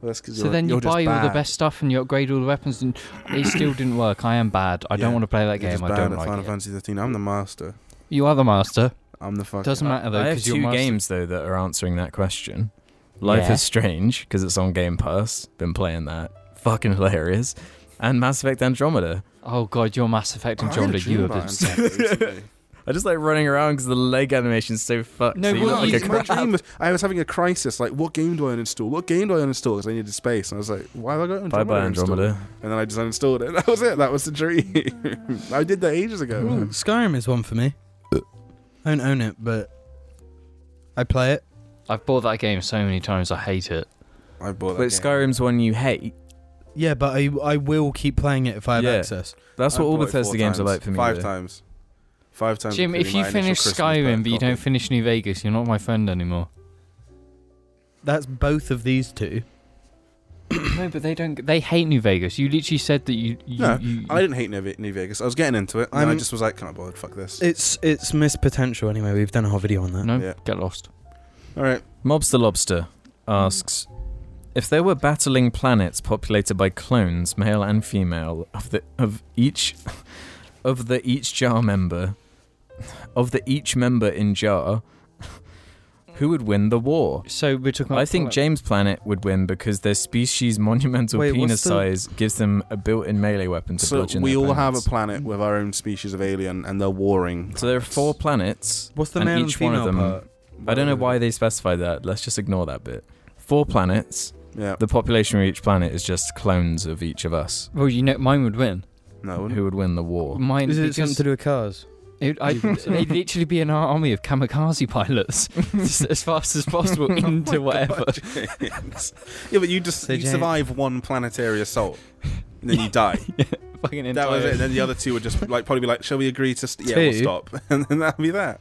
S1: Well, that's 'cause
S4: So
S1: you're-
S4: then you
S1: you're just
S4: buy all the
S1: bad.
S4: best stuff and you upgrade all the weapons, and it still didn't work. I am bad. I don't
S1: Yeah,
S4: want to play that
S1: You're
S4: game.
S1: just
S4: I
S1: bad
S4: don't
S1: at
S4: like
S1: Final
S4: it.
S1: Fantasy 13. I'm the master.
S4: You are the master.
S1: I'm the fucking.
S4: Doesn't matter though
S3: I have
S4: because you're
S3: two
S4: master.
S3: games though that are answering that question. Life
S4: Yeah.
S3: is Strange because it's on Game Pass. Been playing that. Fucking hilarious. And Mass Effect Andromeda.
S4: Oh god, your Mass Effect
S1: I had a
S4: Andromeda.
S1: dream
S4: You have
S1: about
S4: been.
S1: Andromeda recently.
S3: I just like running around because the leg animation's so fucked.
S4: No,
S3: so you
S4: well,
S3: look like a
S4: he's-
S1: my
S3: crab.
S1: dream was, I was having a crisis. Like, what game do I uninstall? What game do I uninstall? Because I needed space, and I was like, "Why have I got
S3: Bye
S1: Andromeda?"
S3: bye
S1: installed?
S3: Andromeda.
S1: And then I just uninstalled it. That was it. That was the dream. I did that ages ago.
S2: Ooh, Skyrim is one for me. I don't own it, but I play it.
S4: I've bought that game so many times. I hate it.
S1: I bought that.
S3: But Skyrim's one you hate.
S2: Yeah, but I I will keep playing it if I have
S3: Yeah.
S2: access.
S3: That's what all Bethesda games are like for me.
S1: Five
S3: though.
S1: times. Five times.
S4: Jim, if
S1: including
S4: you
S1: my initial
S4: finish
S1: Christmas
S4: Skyrim but you
S1: copy.
S4: don't finish New Vegas, you're not my friend anymore.
S2: That's both of these two.
S4: no, but they don't. They hate New Vegas. You literally said that you. you,
S1: No,
S4: you-
S1: I didn't hate New Ve- New Vegas. I was getting into it, and then I
S2: I'm-
S1: just was like, "Can I bother? Fuck this."
S2: It's it's missed potential anyway. We've done a whole video on that.
S4: no,
S1: Yeah.
S4: get lost.
S1: All right.
S3: Mobster Lobster asks If there were battling planets populated by clones, male and female, of the of each of the each jar member of the each member in jar, who would win the war?
S4: So we're talking. About
S3: I think James Planet would win because their species' monumental
S2: Wait, what's
S3: penis
S2: the-
S3: size gives them a built-in melee weapon to
S1: So
S3: bludgeon
S1: we
S3: their
S1: all have a
S3: planets.
S1: planet with our own species of alien, and they're warring.
S3: So there are four planets.
S2: What's the
S3: And
S2: male and
S3: each one of
S2: female
S3: them-
S2: part?
S3: I don't know why they specify that. Let's just ignore that bit. Four planets.
S1: Yeah.
S3: The population of each planet is just clones of each of us.
S4: Well, you know, mine would win.
S1: No. I wouldn't.
S3: Who would win the war?
S4: Mine
S2: Is it
S4: because
S2: something to do with cars?
S4: It, I, they'd literally be an army of kamikaze pilots just as fast as possible
S1: Oh
S4: into whatever.
S1: James. yeah, but you just
S2: So
S1: you
S2: James-
S1: survive one planetary assault, and then you die.
S4: Fucking entire.
S1: that was it. And then the other two would just like probably be like, "Shall we agree to st- yeah,
S2: Two?
S1: we'll stop," and then that'd be that.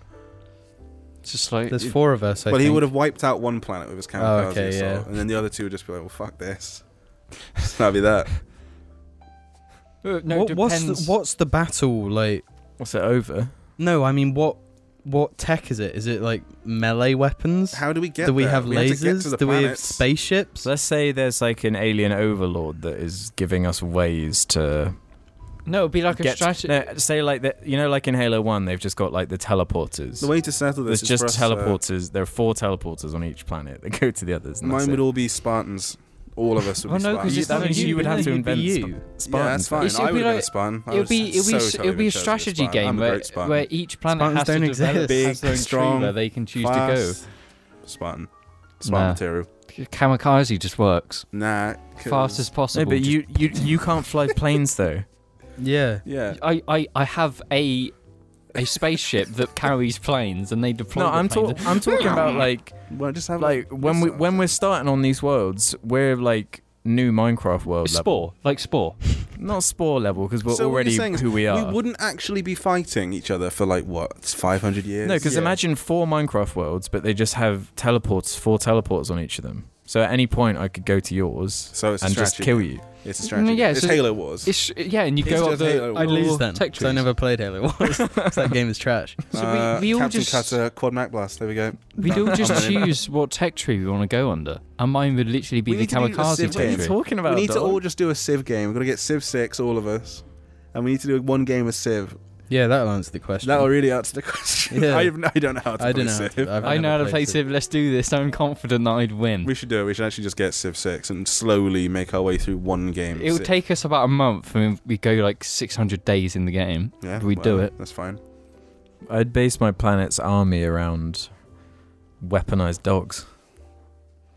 S4: Just like
S2: There's four of us. I
S1: well, he
S2: think.
S1: would have wiped out one planet with his kamikaze
S2: Oh, okay,
S1: assault,
S2: yeah.
S1: and then the other two would just be like, "Well, fuck this." that'd be that.
S4: Uh, no,
S2: What- what's the,
S4: depends.
S2: what's the battle like?
S3: What's it over?
S2: No, I mean what what tech is it? Is it like melee weapons?
S1: How do we get?
S2: do we
S1: there?
S2: have
S1: had to get to
S2: lasers?
S1: the
S2: do we have
S1: planets.
S2: spaceships?
S3: So let's say there's like an alien overlord that is giving us ways to
S4: No, it'd be like a
S3: get.
S4: strategy.
S3: no, say like that. You know, like in Halo One, they've just got like the teleporters.
S1: The way to settle
S3: There's
S1: this
S3: just
S1: is for us, uh,
S3: teleporters. there are four teleporters on each planet that go to the others. And
S1: mine
S3: that's
S1: would
S3: it.
S1: all be Spartans. All of us would
S4: Well,
S1: be
S4: Oh, no, 'cause
S1: Spartans.
S4: it's
S3: that
S4: not
S3: means
S4: you,
S3: you would
S4: no,
S3: have to
S4: you'd be
S3: invent
S4: you.
S3: Sp-
S1: yeah,
S3: Spartans.
S1: that's fine.
S4: It's- it'd
S1: I
S4: be
S1: would have
S4: like-
S1: been a Spartan. I
S4: It'll
S1: was
S4: be it'll be
S1: so
S4: s-
S1: totally
S4: it'll be a
S1: chose to
S4: strategy
S1: Spartan.
S4: game
S1: I'm a
S4: where,
S1: great Spartan.
S4: where each planet
S2: Spartans
S4: has
S2: don't
S4: to develop
S2: exist.
S1: Big,
S4: has their own tree
S1: strong,
S4: where they can choose
S1: fast. Spartan. Spartan
S4: Nah.
S1: material.
S4: to go. Kamikaze just works
S1: Nah. 'cause-
S4: fast as
S3: No,
S4: possible.
S3: but you you you can't fly planes though.
S2: Yeah.
S1: Yeah.
S4: Just- I, I I have a a spaceship that carries planes and they deploy.
S3: No,
S4: the
S3: I'm
S4: planes.
S3: talking I'm talking about like
S1: Well, just have
S3: like when we when we're starting on these worlds, we're like new Minecraft world level,
S4: Spore, like Spore.
S3: not spore level because we're
S1: So what you're
S3: already
S1: saying is
S3: who we
S1: we
S3: are.
S1: wouldn't actually be fighting each other for like what it's 500 years.
S3: no, because
S2: yeah.
S3: imagine four Minecraft worlds, but they just have teleports, four teleports on each of them. So at any point, I could go to yours
S1: so it's a
S3: and just
S1: strategy.
S3: kill you.
S1: It's a strategy.
S4: yeah,
S1: it's
S4: so-
S1: Halo Wars.
S4: It's yeah, and you
S1: It's
S4: go up
S1: just
S4: the.
S1: Halo.
S2: I'd lose then
S4: Tech
S2: because I
S4: trees.
S2: never played Halo Wars. 'Cause that game is trash.
S4: so we-
S1: Uh,
S4: we all
S1: Captain
S4: just-
S1: Cutter, Quad Mac Blast. There we go.
S4: We'd all just
S1: I'm in.
S4: choose what tech tree we want to go under, and mine would literally be
S1: We
S4: the
S1: need to do the
S4: kamikaze
S1: Civ
S4: tech
S1: game.
S4: tree.
S3: talking
S1: We need to all just do a Civ game. We're gonna get Civ Six, all of us, and we need to do one game of Civ.
S2: Yeah, that'll answer the question.
S1: That will really answer the question.
S2: Yeah.
S1: I, have, I don't know how to
S2: I
S1: play
S2: don't know.
S1: Civ.
S2: I've
S4: I
S2: never
S4: know how to
S2: played
S4: play Civ. Let's do this. I'm confident that I'd win.
S1: We should do it. We should actually just get Civ Six and slowly make our way through one game. of
S4: It would
S1: Civ.
S4: take us about a month, and we go like 600 days in the game.
S1: Yeah,
S4: we do
S1: whatever.
S4: it.
S1: That's fine.
S3: I'd base my planet's army around weaponized dogs.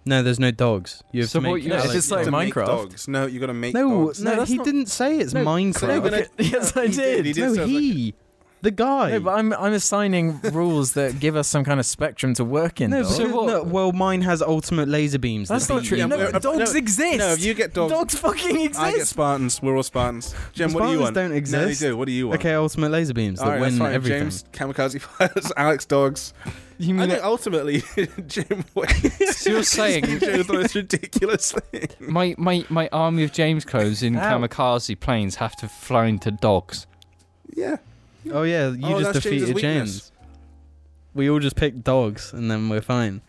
S2: No, there's no dogs. You have
S4: So
S2: to make.
S4: what you-
S2: Yeah,
S4: it's
S2: like-
S3: just like
S1: You gotta make
S3: Minecraft.
S1: dogs. No, you got to make
S2: no,
S1: dogs.
S2: no,
S3: No, that's
S2: he
S3: not-
S2: didn't say it's
S4: No,
S1: so you're
S2: Minecraft.
S1: gonna-
S3: yes, I
S1: He did, he did.
S3: did.
S2: no,
S1: sounds like
S2: he, the guy.
S3: No, but I'm I'm assigning rules that give us some kind of spectrum to work in.
S2: no,
S3: dog.
S2: but-
S4: So what-
S2: no, well, mine has ultimate laser beams.
S3: that's
S2: that
S3: not
S2: beat
S3: true.
S2: you.
S3: No,
S1: Yeah, but- uh,
S3: dogs
S1: no,
S3: exist.
S1: No, if you get dogs,
S3: Dogs fucking
S1: I get
S3: exist.
S1: Spartans. We're all Spartans. Jim, what do you
S2: Spartans
S1: want?
S2: don't exist.
S1: No, they do. What do you want?
S2: Okay, ultimate laser beams that
S1: All right, that's
S2: win
S1: fine.
S2: everything.
S1: James, kamikaze pilots, Alex dogs.
S4: You
S1: I
S4: mean
S1: think ultimately, Jim wins.
S4: so you're saying
S1: James the most ridiculous thing.
S4: my, my, my army of James clothes in
S3: Ow.
S4: kamikaze planes have to fly into dogs?
S1: Yeah.
S2: Oh yeah, you
S1: Oh,
S2: just
S1: that's James's
S2: defeated
S1: weakness.
S2: James. We all just picked dogs, and then we're fine.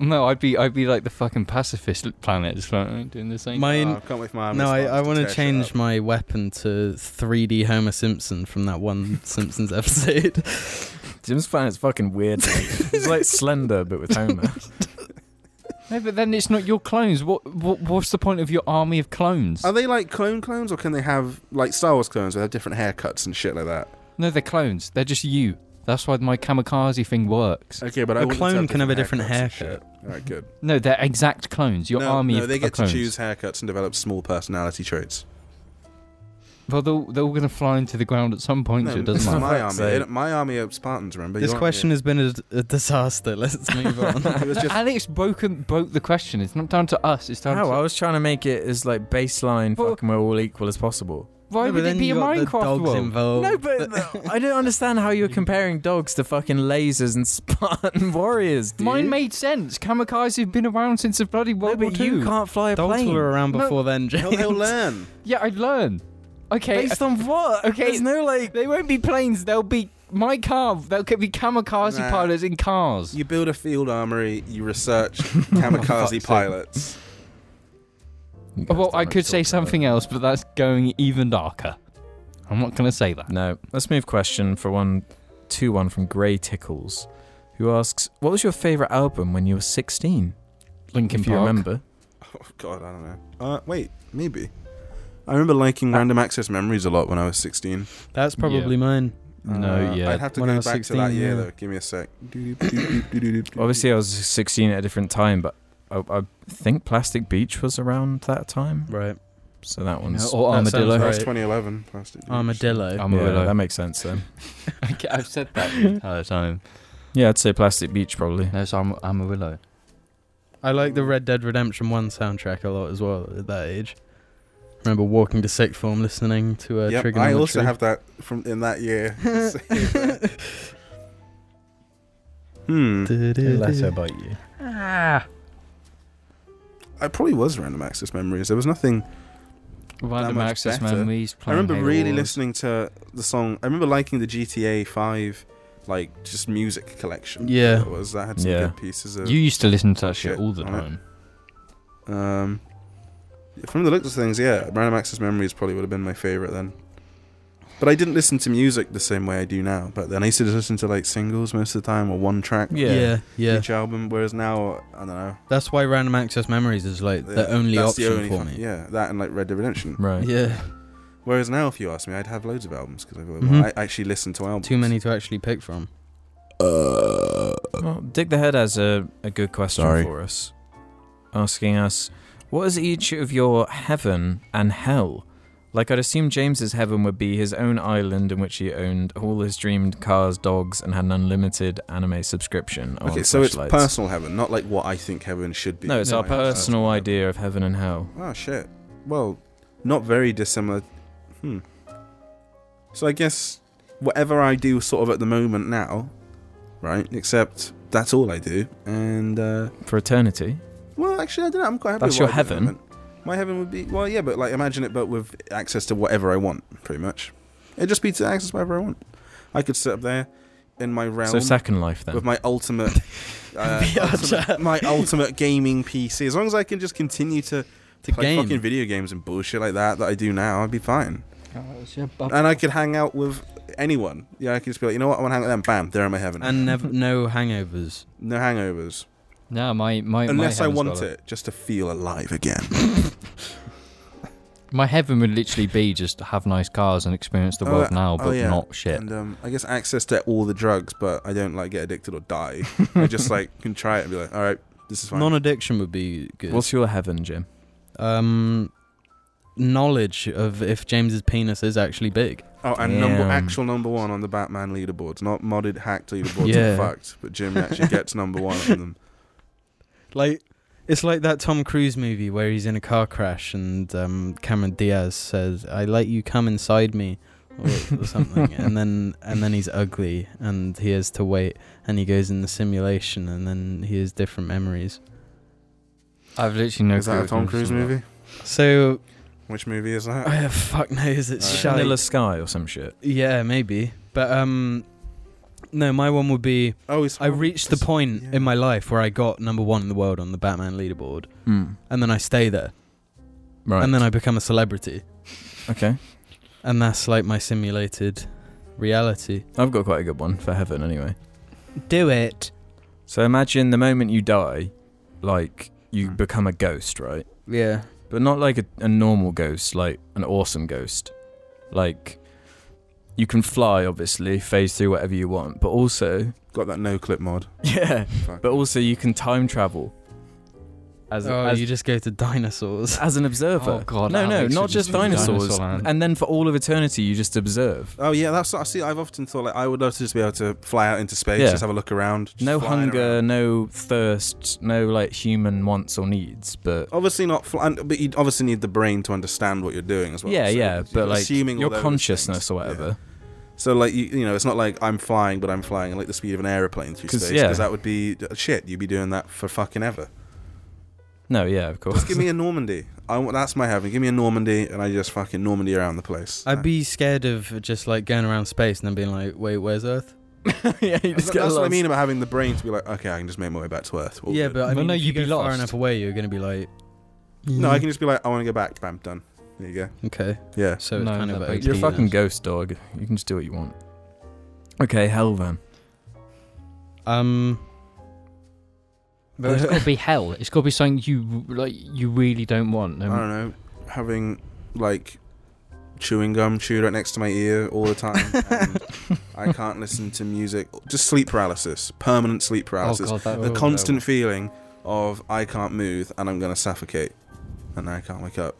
S4: No, I'd be I'd be like the fucking pacifist planet, just like, "I'm doing the same.
S2: Mine.
S1: Oh, I can't wait for my army
S2: no, I,
S1: Spartans
S2: I want
S1: tear
S2: to
S1: shit
S2: change
S1: up.
S2: my weapon to 3D Homer Simpson from that one Simpsons episode.
S3: Jim's planet's fucking weird. it's like Slender, but with Homer.
S4: no, but then it's not your clones. What, what what's the point of your army of clones?
S1: Are they like clone clones, or can they have like Star Wars clones where they have different haircuts and shit like that?
S4: No, they're clones. They're just you. That's why my kamikaze thing works.
S1: Okay, but
S2: A
S1: I wouldn't
S2: clone can have a different
S1: haircuts and shit.
S2: haircut.
S1: All right, good.
S4: No, they're exact clones. Your
S1: no,
S4: army
S1: No,
S4: of
S1: they
S4: of
S1: get
S4: clones.
S1: to choose haircuts and develop small personality traits.
S4: Well, they're, they're all going to fly into the ground at some point,
S1: No,
S4: so it
S1: this
S4: doesn't
S1: is
S4: matter.
S1: my
S3: Fuck's
S1: army.
S3: sake.
S1: My army of Spartans. Remember
S2: This
S1: Your army-
S2: question has been a, a disaster. Let's move on.
S1: It was
S4: No,
S1: just-
S4: Alex broken broke the question. It's not down to us. It's down
S3: How?
S4: to.
S3: I was trying to make it as like baseline
S4: Well-
S3: fucking we're all equal as possible.
S4: Why
S2: No, but
S4: would
S2: then
S4: it be
S2: you
S4: a
S2: got the
S4: Minecraft
S2: dogs
S4: world?
S2: involved.
S3: no, but uh, the- I don't understand how you're comparing dogs to fucking lasers and Spartan warriors, dude.
S4: Mine made sense. Kamikaze have been around since the bloody
S3: no,
S4: World
S3: but
S4: War Two.
S3: you can't fly a
S2: dogs
S3: plane.
S2: were around
S4: No.
S2: before then,
S1: They'll,
S2: James.
S1: they'll learn.
S4: Yeah, I'd learn. Okay,
S3: Based on what?
S4: Okay.
S3: There's no like.
S4: They won't be planes. They'll be my car. They'll be kamikaze
S1: Nah.
S4: pilots in cars.
S1: You build a field armory. You research kamikaze
S4: sake.
S1: pilots.
S4: well, I could say something else, but that's going even darker. I'm not going to say that.
S3: No. Let's move question for one, two one from Grey Tickles, who asks, "What was your favorite album when you were 16?
S4: Linkin
S3: if you
S4: Park.
S3: remember."
S1: Oh God, I don't know. Uh, wait, maybe. I remember liking Random Access Memories a lot when I was 16.
S2: That's probably mine.
S4: No,
S1: Uh,
S4: yeah.
S1: I'd have to
S2: When
S1: go
S2: I
S1: back
S2: was
S1: to that
S2: 16,
S1: year
S2: yeah.
S1: though. Give me a sec. Doop, doop, doop, doop, doop, doop, doop.
S3: Obviously, I was 16 at a different time, but I, I think Plastic Beach was around that time.
S2: Right.
S3: So that one's.
S4: or
S2: That sounds
S4: armadillo.
S1: That was
S2: Right.
S1: 2011. Plastic Beach.
S2: Armadillo.
S3: yeah,
S4: Armadillo.
S3: that makes sense then.
S4: Okay, I've said that the entire time.
S3: Yeah, I'd say Plastic Beach probably.
S4: No, it's arm- Amarillo.
S2: I like the Red Dead Redemption 1 soundtrack a lot as well at that age. remember walking to sixth form listening to uh,
S1: Yep,
S2: Trigonometry.
S1: I also have that from in that year. hmm.
S3: bite you.
S1: Ah, I probably was random access memories. There was nothing.
S4: Random
S1: much
S4: access
S1: better.
S4: memories.
S1: I remember
S4: playing
S1: really
S4: Halo Wars.
S1: listening to the song. I remember liking the GTA 5, like just music collection.
S2: Yeah.
S1: It was that had some
S3: Yeah.
S1: good pieces of.
S4: You used to listen to that shit
S1: Shit,
S4: all the
S1: I know.
S4: time.
S1: um, from the looks of things, yeah, random access memories probably would have been my favorite then. But I didn't listen to music the same way I do now. But then I used to just listen to like singles most of the time or one track.
S2: Yeah,
S3: Yeah.
S2: yeah.
S1: Each album, whereas now I don't know.
S2: That's why Random Access Memories is like the only
S1: that's
S2: option
S1: the only
S2: for
S1: fu-
S2: me.
S1: Yeah, that and like Red Dead Redemption.
S3: Right.
S2: Yeah,
S1: Whereas now, if you ask me, I'd have loads of albums because
S2: Mhm.
S1: I actually listen to albums.
S2: too many to actually pick from.
S1: Uh,
S3: Well, Dick the Head has a, a good question
S1: Sorry.
S3: for us, asking us, what is each of your heaven and hell? Like, I'd assume James's heaven would be his own island in which he owned all his dreamed cars, dogs, and had an unlimited anime subscription. on
S1: okay, so it's
S3: Fleshlights.
S1: personal heaven, not like what I think heaven should be.
S3: No, it's
S4: No,
S3: our
S1: I-
S3: personal idea of heaven and hell.
S1: Oh shit. Well, not very dissimilar. Hmm. So I guess whatever I do, sort of at the moment now, right? Except that's all I do, and uh,
S3: For eternity?
S1: Well, actually, I don't know. I'm quite happy.
S3: That's
S1: with
S3: your
S1: what I do at the
S3: heaven?
S1: moment. My heaven would be well, yeah, but like imagine it, but with access to whatever I want, pretty much. It'd just be to access whatever I want. I could sit up there in my realm
S3: So, second life then.
S1: with my ultimate, uh,
S2: VR
S1: ultimate-
S2: chat.
S1: my ultimate gaming PC. As long as I can just continue to
S2: To
S1: play
S2: game.
S1: fucking video games and bullshit like that that I do now, I'd be fine.
S4: And
S1: And I could hang out with anyone. Yeah, I could just be like, you know what, I want to hang out with them. Bam, they're in my heaven.
S2: And never, no hangovers.
S1: no hangovers,
S4: No, my my my
S1: unless I
S4: heaven's
S1: want
S4: got
S1: it, just to feel alive again.
S4: My heaven would literally be just to have nice cars and experience the
S1: Oh,
S4: world
S1: uh,
S4: now,
S1: oh,
S4: but
S1: yeah.
S4: not shit.
S1: And um, I guess access to all the drugs, but I don't like get addicted or die. I just like can try it and be like, all right, this is fine.
S2: Non-addiction would be good.
S3: What's your heaven, Jim?
S2: um, knowledge of if James's penis is actually big.
S1: oh, and number
S3: Damn.
S1: actual number one on the Batman leaderboards, not modded hacked leaderboards.
S2: Yeah.
S1: yeah. fucked. But Jim actually gets number one on them.
S2: Like, it's like that Tom Cruise movie where he's in a car crash and um, Cameron Diaz says, "I let you come inside me." Or, or something, and then and then he's ugly, and he has to wait, and he goes in the simulation, and then he has different memories.
S4: I've literally no.
S1: is that
S4: clue
S1: a Tom
S4: what you're
S1: Cruise
S4: talking
S1: movie?
S2: So
S1: Which movie is that?
S2: Oh, fuck knows it's
S1: Alright.
S2: shite.
S3: Vanilla Sky or some shit.
S2: Yeah, maybe. But um no, my one would be
S1: Oh, it's
S2: I reached the point
S1: yeah.
S2: in my life where I got number 1 in the world on the Batman leaderboard and then I stay there
S3: Right.
S2: Hmm. and then I become a celebrity
S3: okay.
S2: and that's like my simulated reality.
S3: I've got quite a good one for heaven anyway.
S2: Do it.
S3: So imagine the moment you die, like you
S1: Mm.
S3: become a ghost, right?
S2: Yeah.
S3: But not like a, a normal ghost, like an awesome ghost. Like you can fly, obviously, phase through whatever you want, but also,
S1: Got that no clip mod.
S3: yeah,
S1: Fuck.
S3: but also you can time travel as,
S2: oh,
S3: as,
S2: you just go to dinosaurs.
S3: as an observer.
S4: Oh, God,
S3: no, no,
S4: Alex
S3: not
S4: would
S3: just
S4: just be
S3: dinosaurs.
S4: dinosaur land.
S3: and then for all of eternity, you just observe.
S1: Oh yeah, that's what I see. I've often thought like I would love to just be able to fly out into space,
S3: Yeah.
S1: just have a look around. just
S3: No
S1: flying
S3: hunger,
S1: around.
S3: no thirst, no like human wants or needs, but
S1: Obviously not, fly, and- but you would obviously need the brain to understand what you're doing as well.
S3: yeah,
S1: So
S3: yeah,
S1: you're
S3: but like
S1: assuming all
S3: your
S1: those
S3: consciousness
S1: things.
S3: or
S1: Yeah.
S3: whatever.
S1: So like you, you know, it's not like I'm flying, but I'm flying at like the speed of an aeroplane through
S3: 'Cause,
S1: space.
S3: yeah.
S1: Because that would be shit. You'd be doing that for fucking ever.
S3: No, yeah, of course.
S1: Just give me a Normandy. I want that's my heaven. Give me a Normandy, and I just fucking Normandy around the place.
S2: I'd be scared of just like going around space and then being like, wait, where's Earth?
S3: yeah, you
S1: That's,
S3: just get
S1: that's what I
S3: lost.
S1: mean about having the brain to be like, okay, I can just make my way back to Earth. All
S2: yeah,
S1: good.
S2: but I
S4: Well,
S2: mean,
S4: no,
S2: if you
S4: you'd be
S2: go far
S4: lost.
S2: enough away, you're going to be like,
S1: no, I can just be like, I want to go back. Bam, done. There you go.
S2: Okay,
S1: Yeah.
S2: so it's
S4: No,
S2: kind of
S4: that
S2: a
S4: makes
S3: You're a
S4: Penis.
S3: fucking ghost dog. You can just do what you want. Okay, hell then.
S2: Um,
S4: But it's got to be hell. It's got to be something you like. You really don't want.
S1: I don't know, having like chewing gum chewed right next to my ear all the time. and I can't listen to music. Just sleep paralysis, permanent sleep
S4: oh
S1: paralysis.
S4: god, that
S1: the constant feeling of I can't move and I'm gonna suffocate, and I can't wake up.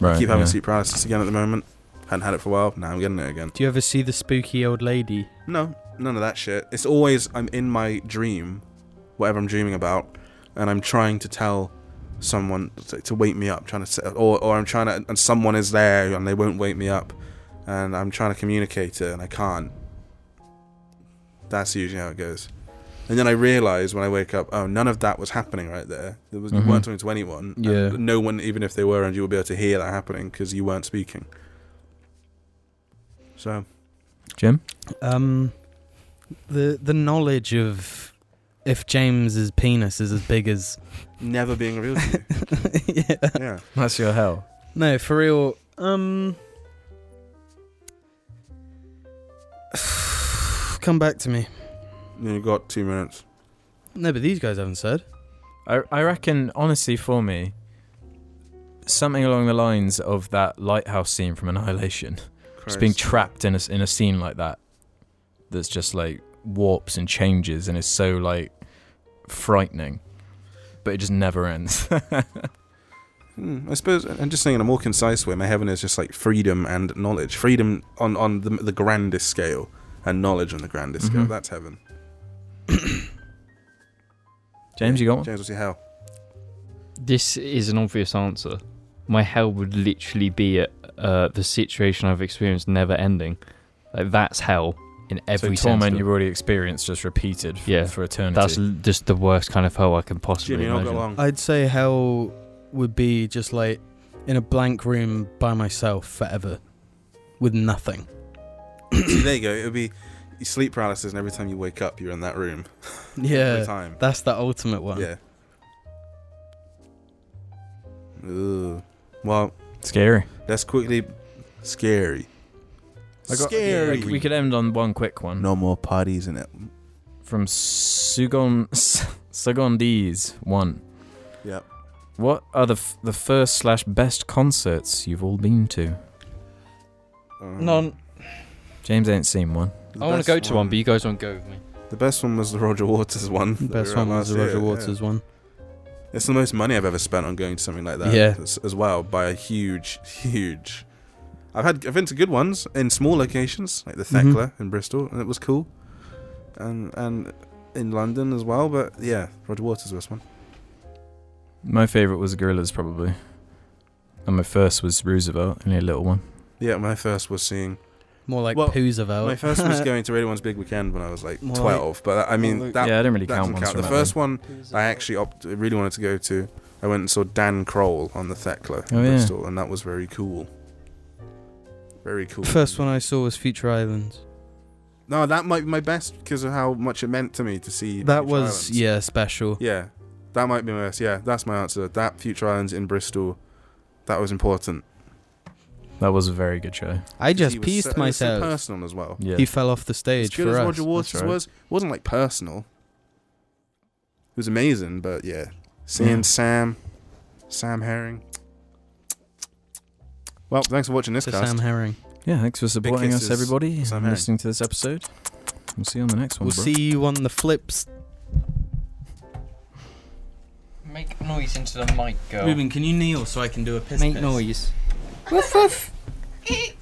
S3: Right.
S1: Keep having
S3: yeah.
S1: sleep paralysis again at the moment. Hadn't had it for a while. Now I'm getting it again.
S2: do you ever see the spooky old lady?
S1: No, none of that shit. It's always I'm in my dream, whatever I'm dreaming about, and I'm trying to tell someone to, to wake me up, trying to, s- or or I'm trying to, and someone is there and they won't wake me up, and I'm trying to communicate it and I can't. That's usually how it goes. And then I realize when I wake up, oh, none of that was happening right there. There was
S3: Mhm.
S1: you weren't talking to anyone. and
S2: Yeah.
S1: no one, even if they were, and you would be able to hear that happening because you weren't speaking. So
S3: Jim?
S2: Um, the the knowledge of if James's penis is as big as
S1: never being revealed to you.
S2: yeah.
S1: Yeah.
S3: That's your hell.
S2: No, for real. Um, come back to me.
S1: You've got two minutes.
S2: No, but these guys haven't said.
S3: I, I reckon, honestly, for me, something along the lines of that lighthouse scene from Annihilation. Just being trapped in a, in a scene like that that's just like warps and changes and is so like frightening, but it just never ends.
S1: Hmm, I suppose, and just saying in a more concise way, my heaven is just like freedom and knowledge. Freedom on, on the, the grandest scale, and knowledge on the grandest scale.
S3: Mhm.
S1: That's heaven.
S3: James, you got one?
S1: James, what's your hell?
S4: This is an obvious answer. My hell would literally be at uh, the situation I've experienced never ending. Like that's hell in every
S3: so torment
S4: sense. of-
S3: you've already experienced, just repeated f-
S4: Yeah,
S3: for eternity.
S4: That's l- just the worst kind of hell I can possibly
S1: Jim, you're not
S4: imagine.
S1: got long.
S2: I'd say hell would be just like in a blank room by myself forever, with nothing.
S1: See, there you go. It would be you sleep paralysis, and every time you wake up, you're in that room. Every
S2: Yeah,
S1: time.
S2: that's the ultimate one.
S1: Yeah. Ooh. Well,
S3: Scary.
S1: let's quickly. Scary.
S3: I got-
S1: Scary.
S3: We, we could end on one quick one
S1: No more parties in it.
S3: from Sugon Sugondiz one.
S1: Yep.
S3: What are the f- the first slash best concerts you've all been to?
S1: Um,
S2: None.
S3: James ain't seen one.
S1: the
S4: I want
S1: best
S4: to go to one, but you guys won't go with me.
S1: The best one was the Roger Waters one. that we
S2: Best
S1: were at
S2: one was
S1: last
S2: the Roger
S1: year, yeah.
S2: Waters one.
S1: It's the most money I've ever spent on going to something like that.
S2: Yeah.
S1: As, as well, by a huge, huge. I've had I've been to good ones in small locations like the
S2: Mhm.
S1: Thekla in Bristol, and it was cool, and and in London as well. But yeah, Roger Waters was one.
S3: My favorite was Gorillas probably, and my first was Roosevelt, only a little one.
S1: Yeah, my first was seeing.
S2: More like
S1: Well,
S2: poos of hell.
S1: My first was going to Radio One's Big Weekend when I was like
S2: Oh. Well,
S1: twelve. But I mean
S2: well,
S1: that,
S3: yeah, I don't really
S1: that doesn't
S3: count ones
S1: count.
S3: from
S1: The
S3: that
S1: first
S3: one.
S1: one I actually opt- really wanted to go to. I went and saw Dan Kroll on the Thekla in
S3: Oh, yeah.
S1: Bristol, and that was very cool. Very cool.
S2: First one I saw was Future Islands.
S1: No, that might be my best because of how much it meant to me to see.
S2: That
S1: Future
S2: was
S1: Islands.
S2: yeah special.
S1: Yeah, that might be my best. Yeah, that's my answer. That Future Islands in Bristol, that was important.
S3: That was a very good show.
S2: I
S1: 'Cause
S2: just
S1: he was
S2: pieced
S1: so- it was so
S2: myself.
S1: personal as well.
S3: Yeah,
S2: He fell off the
S1: As
S2: stage
S1: good
S2: for
S1: as
S2: us.
S1: Roger Waters
S3: right.
S1: was, it wasn't like personal. It was amazing, but yeah, seeing
S2: Mm.
S3: Yeah.
S1: Sam, Sam Herring. Well, thanks for watching this
S2: to
S1: cast.
S2: Sam Herring.
S3: Yeah, thanks for supporting us,
S1: kisses,
S3: everybody,
S1: Sam
S3: and
S1: Herring.
S3: listening to this episode. We'll see you on the next one,
S2: We'll
S3: bro.
S2: see you on the flips.
S4: Make noise into the mic, girl.
S2: can you kneel so I can do a piss?
S4: Make noise.
S5: Woof woof. Eek.